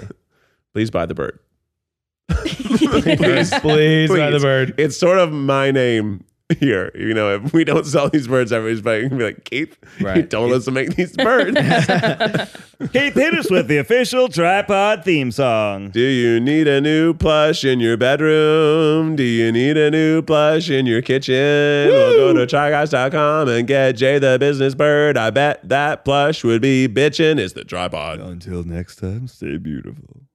Please buy the bird. please, please, by the Please. bird. It's sort of my name here. You know, if we don't sell these birds, everybody's going to be like, Keith, you Right. told us to make these birds. Keith, hit us with the official tripod theme song. Do you need a new plush in your bedroom? Do you need a new plush in your kitchen? Well, go to tryguys.com and get Jay the business bird. I bet that plush would be bitchin'. Is the tripod. Until next time, stay beautiful.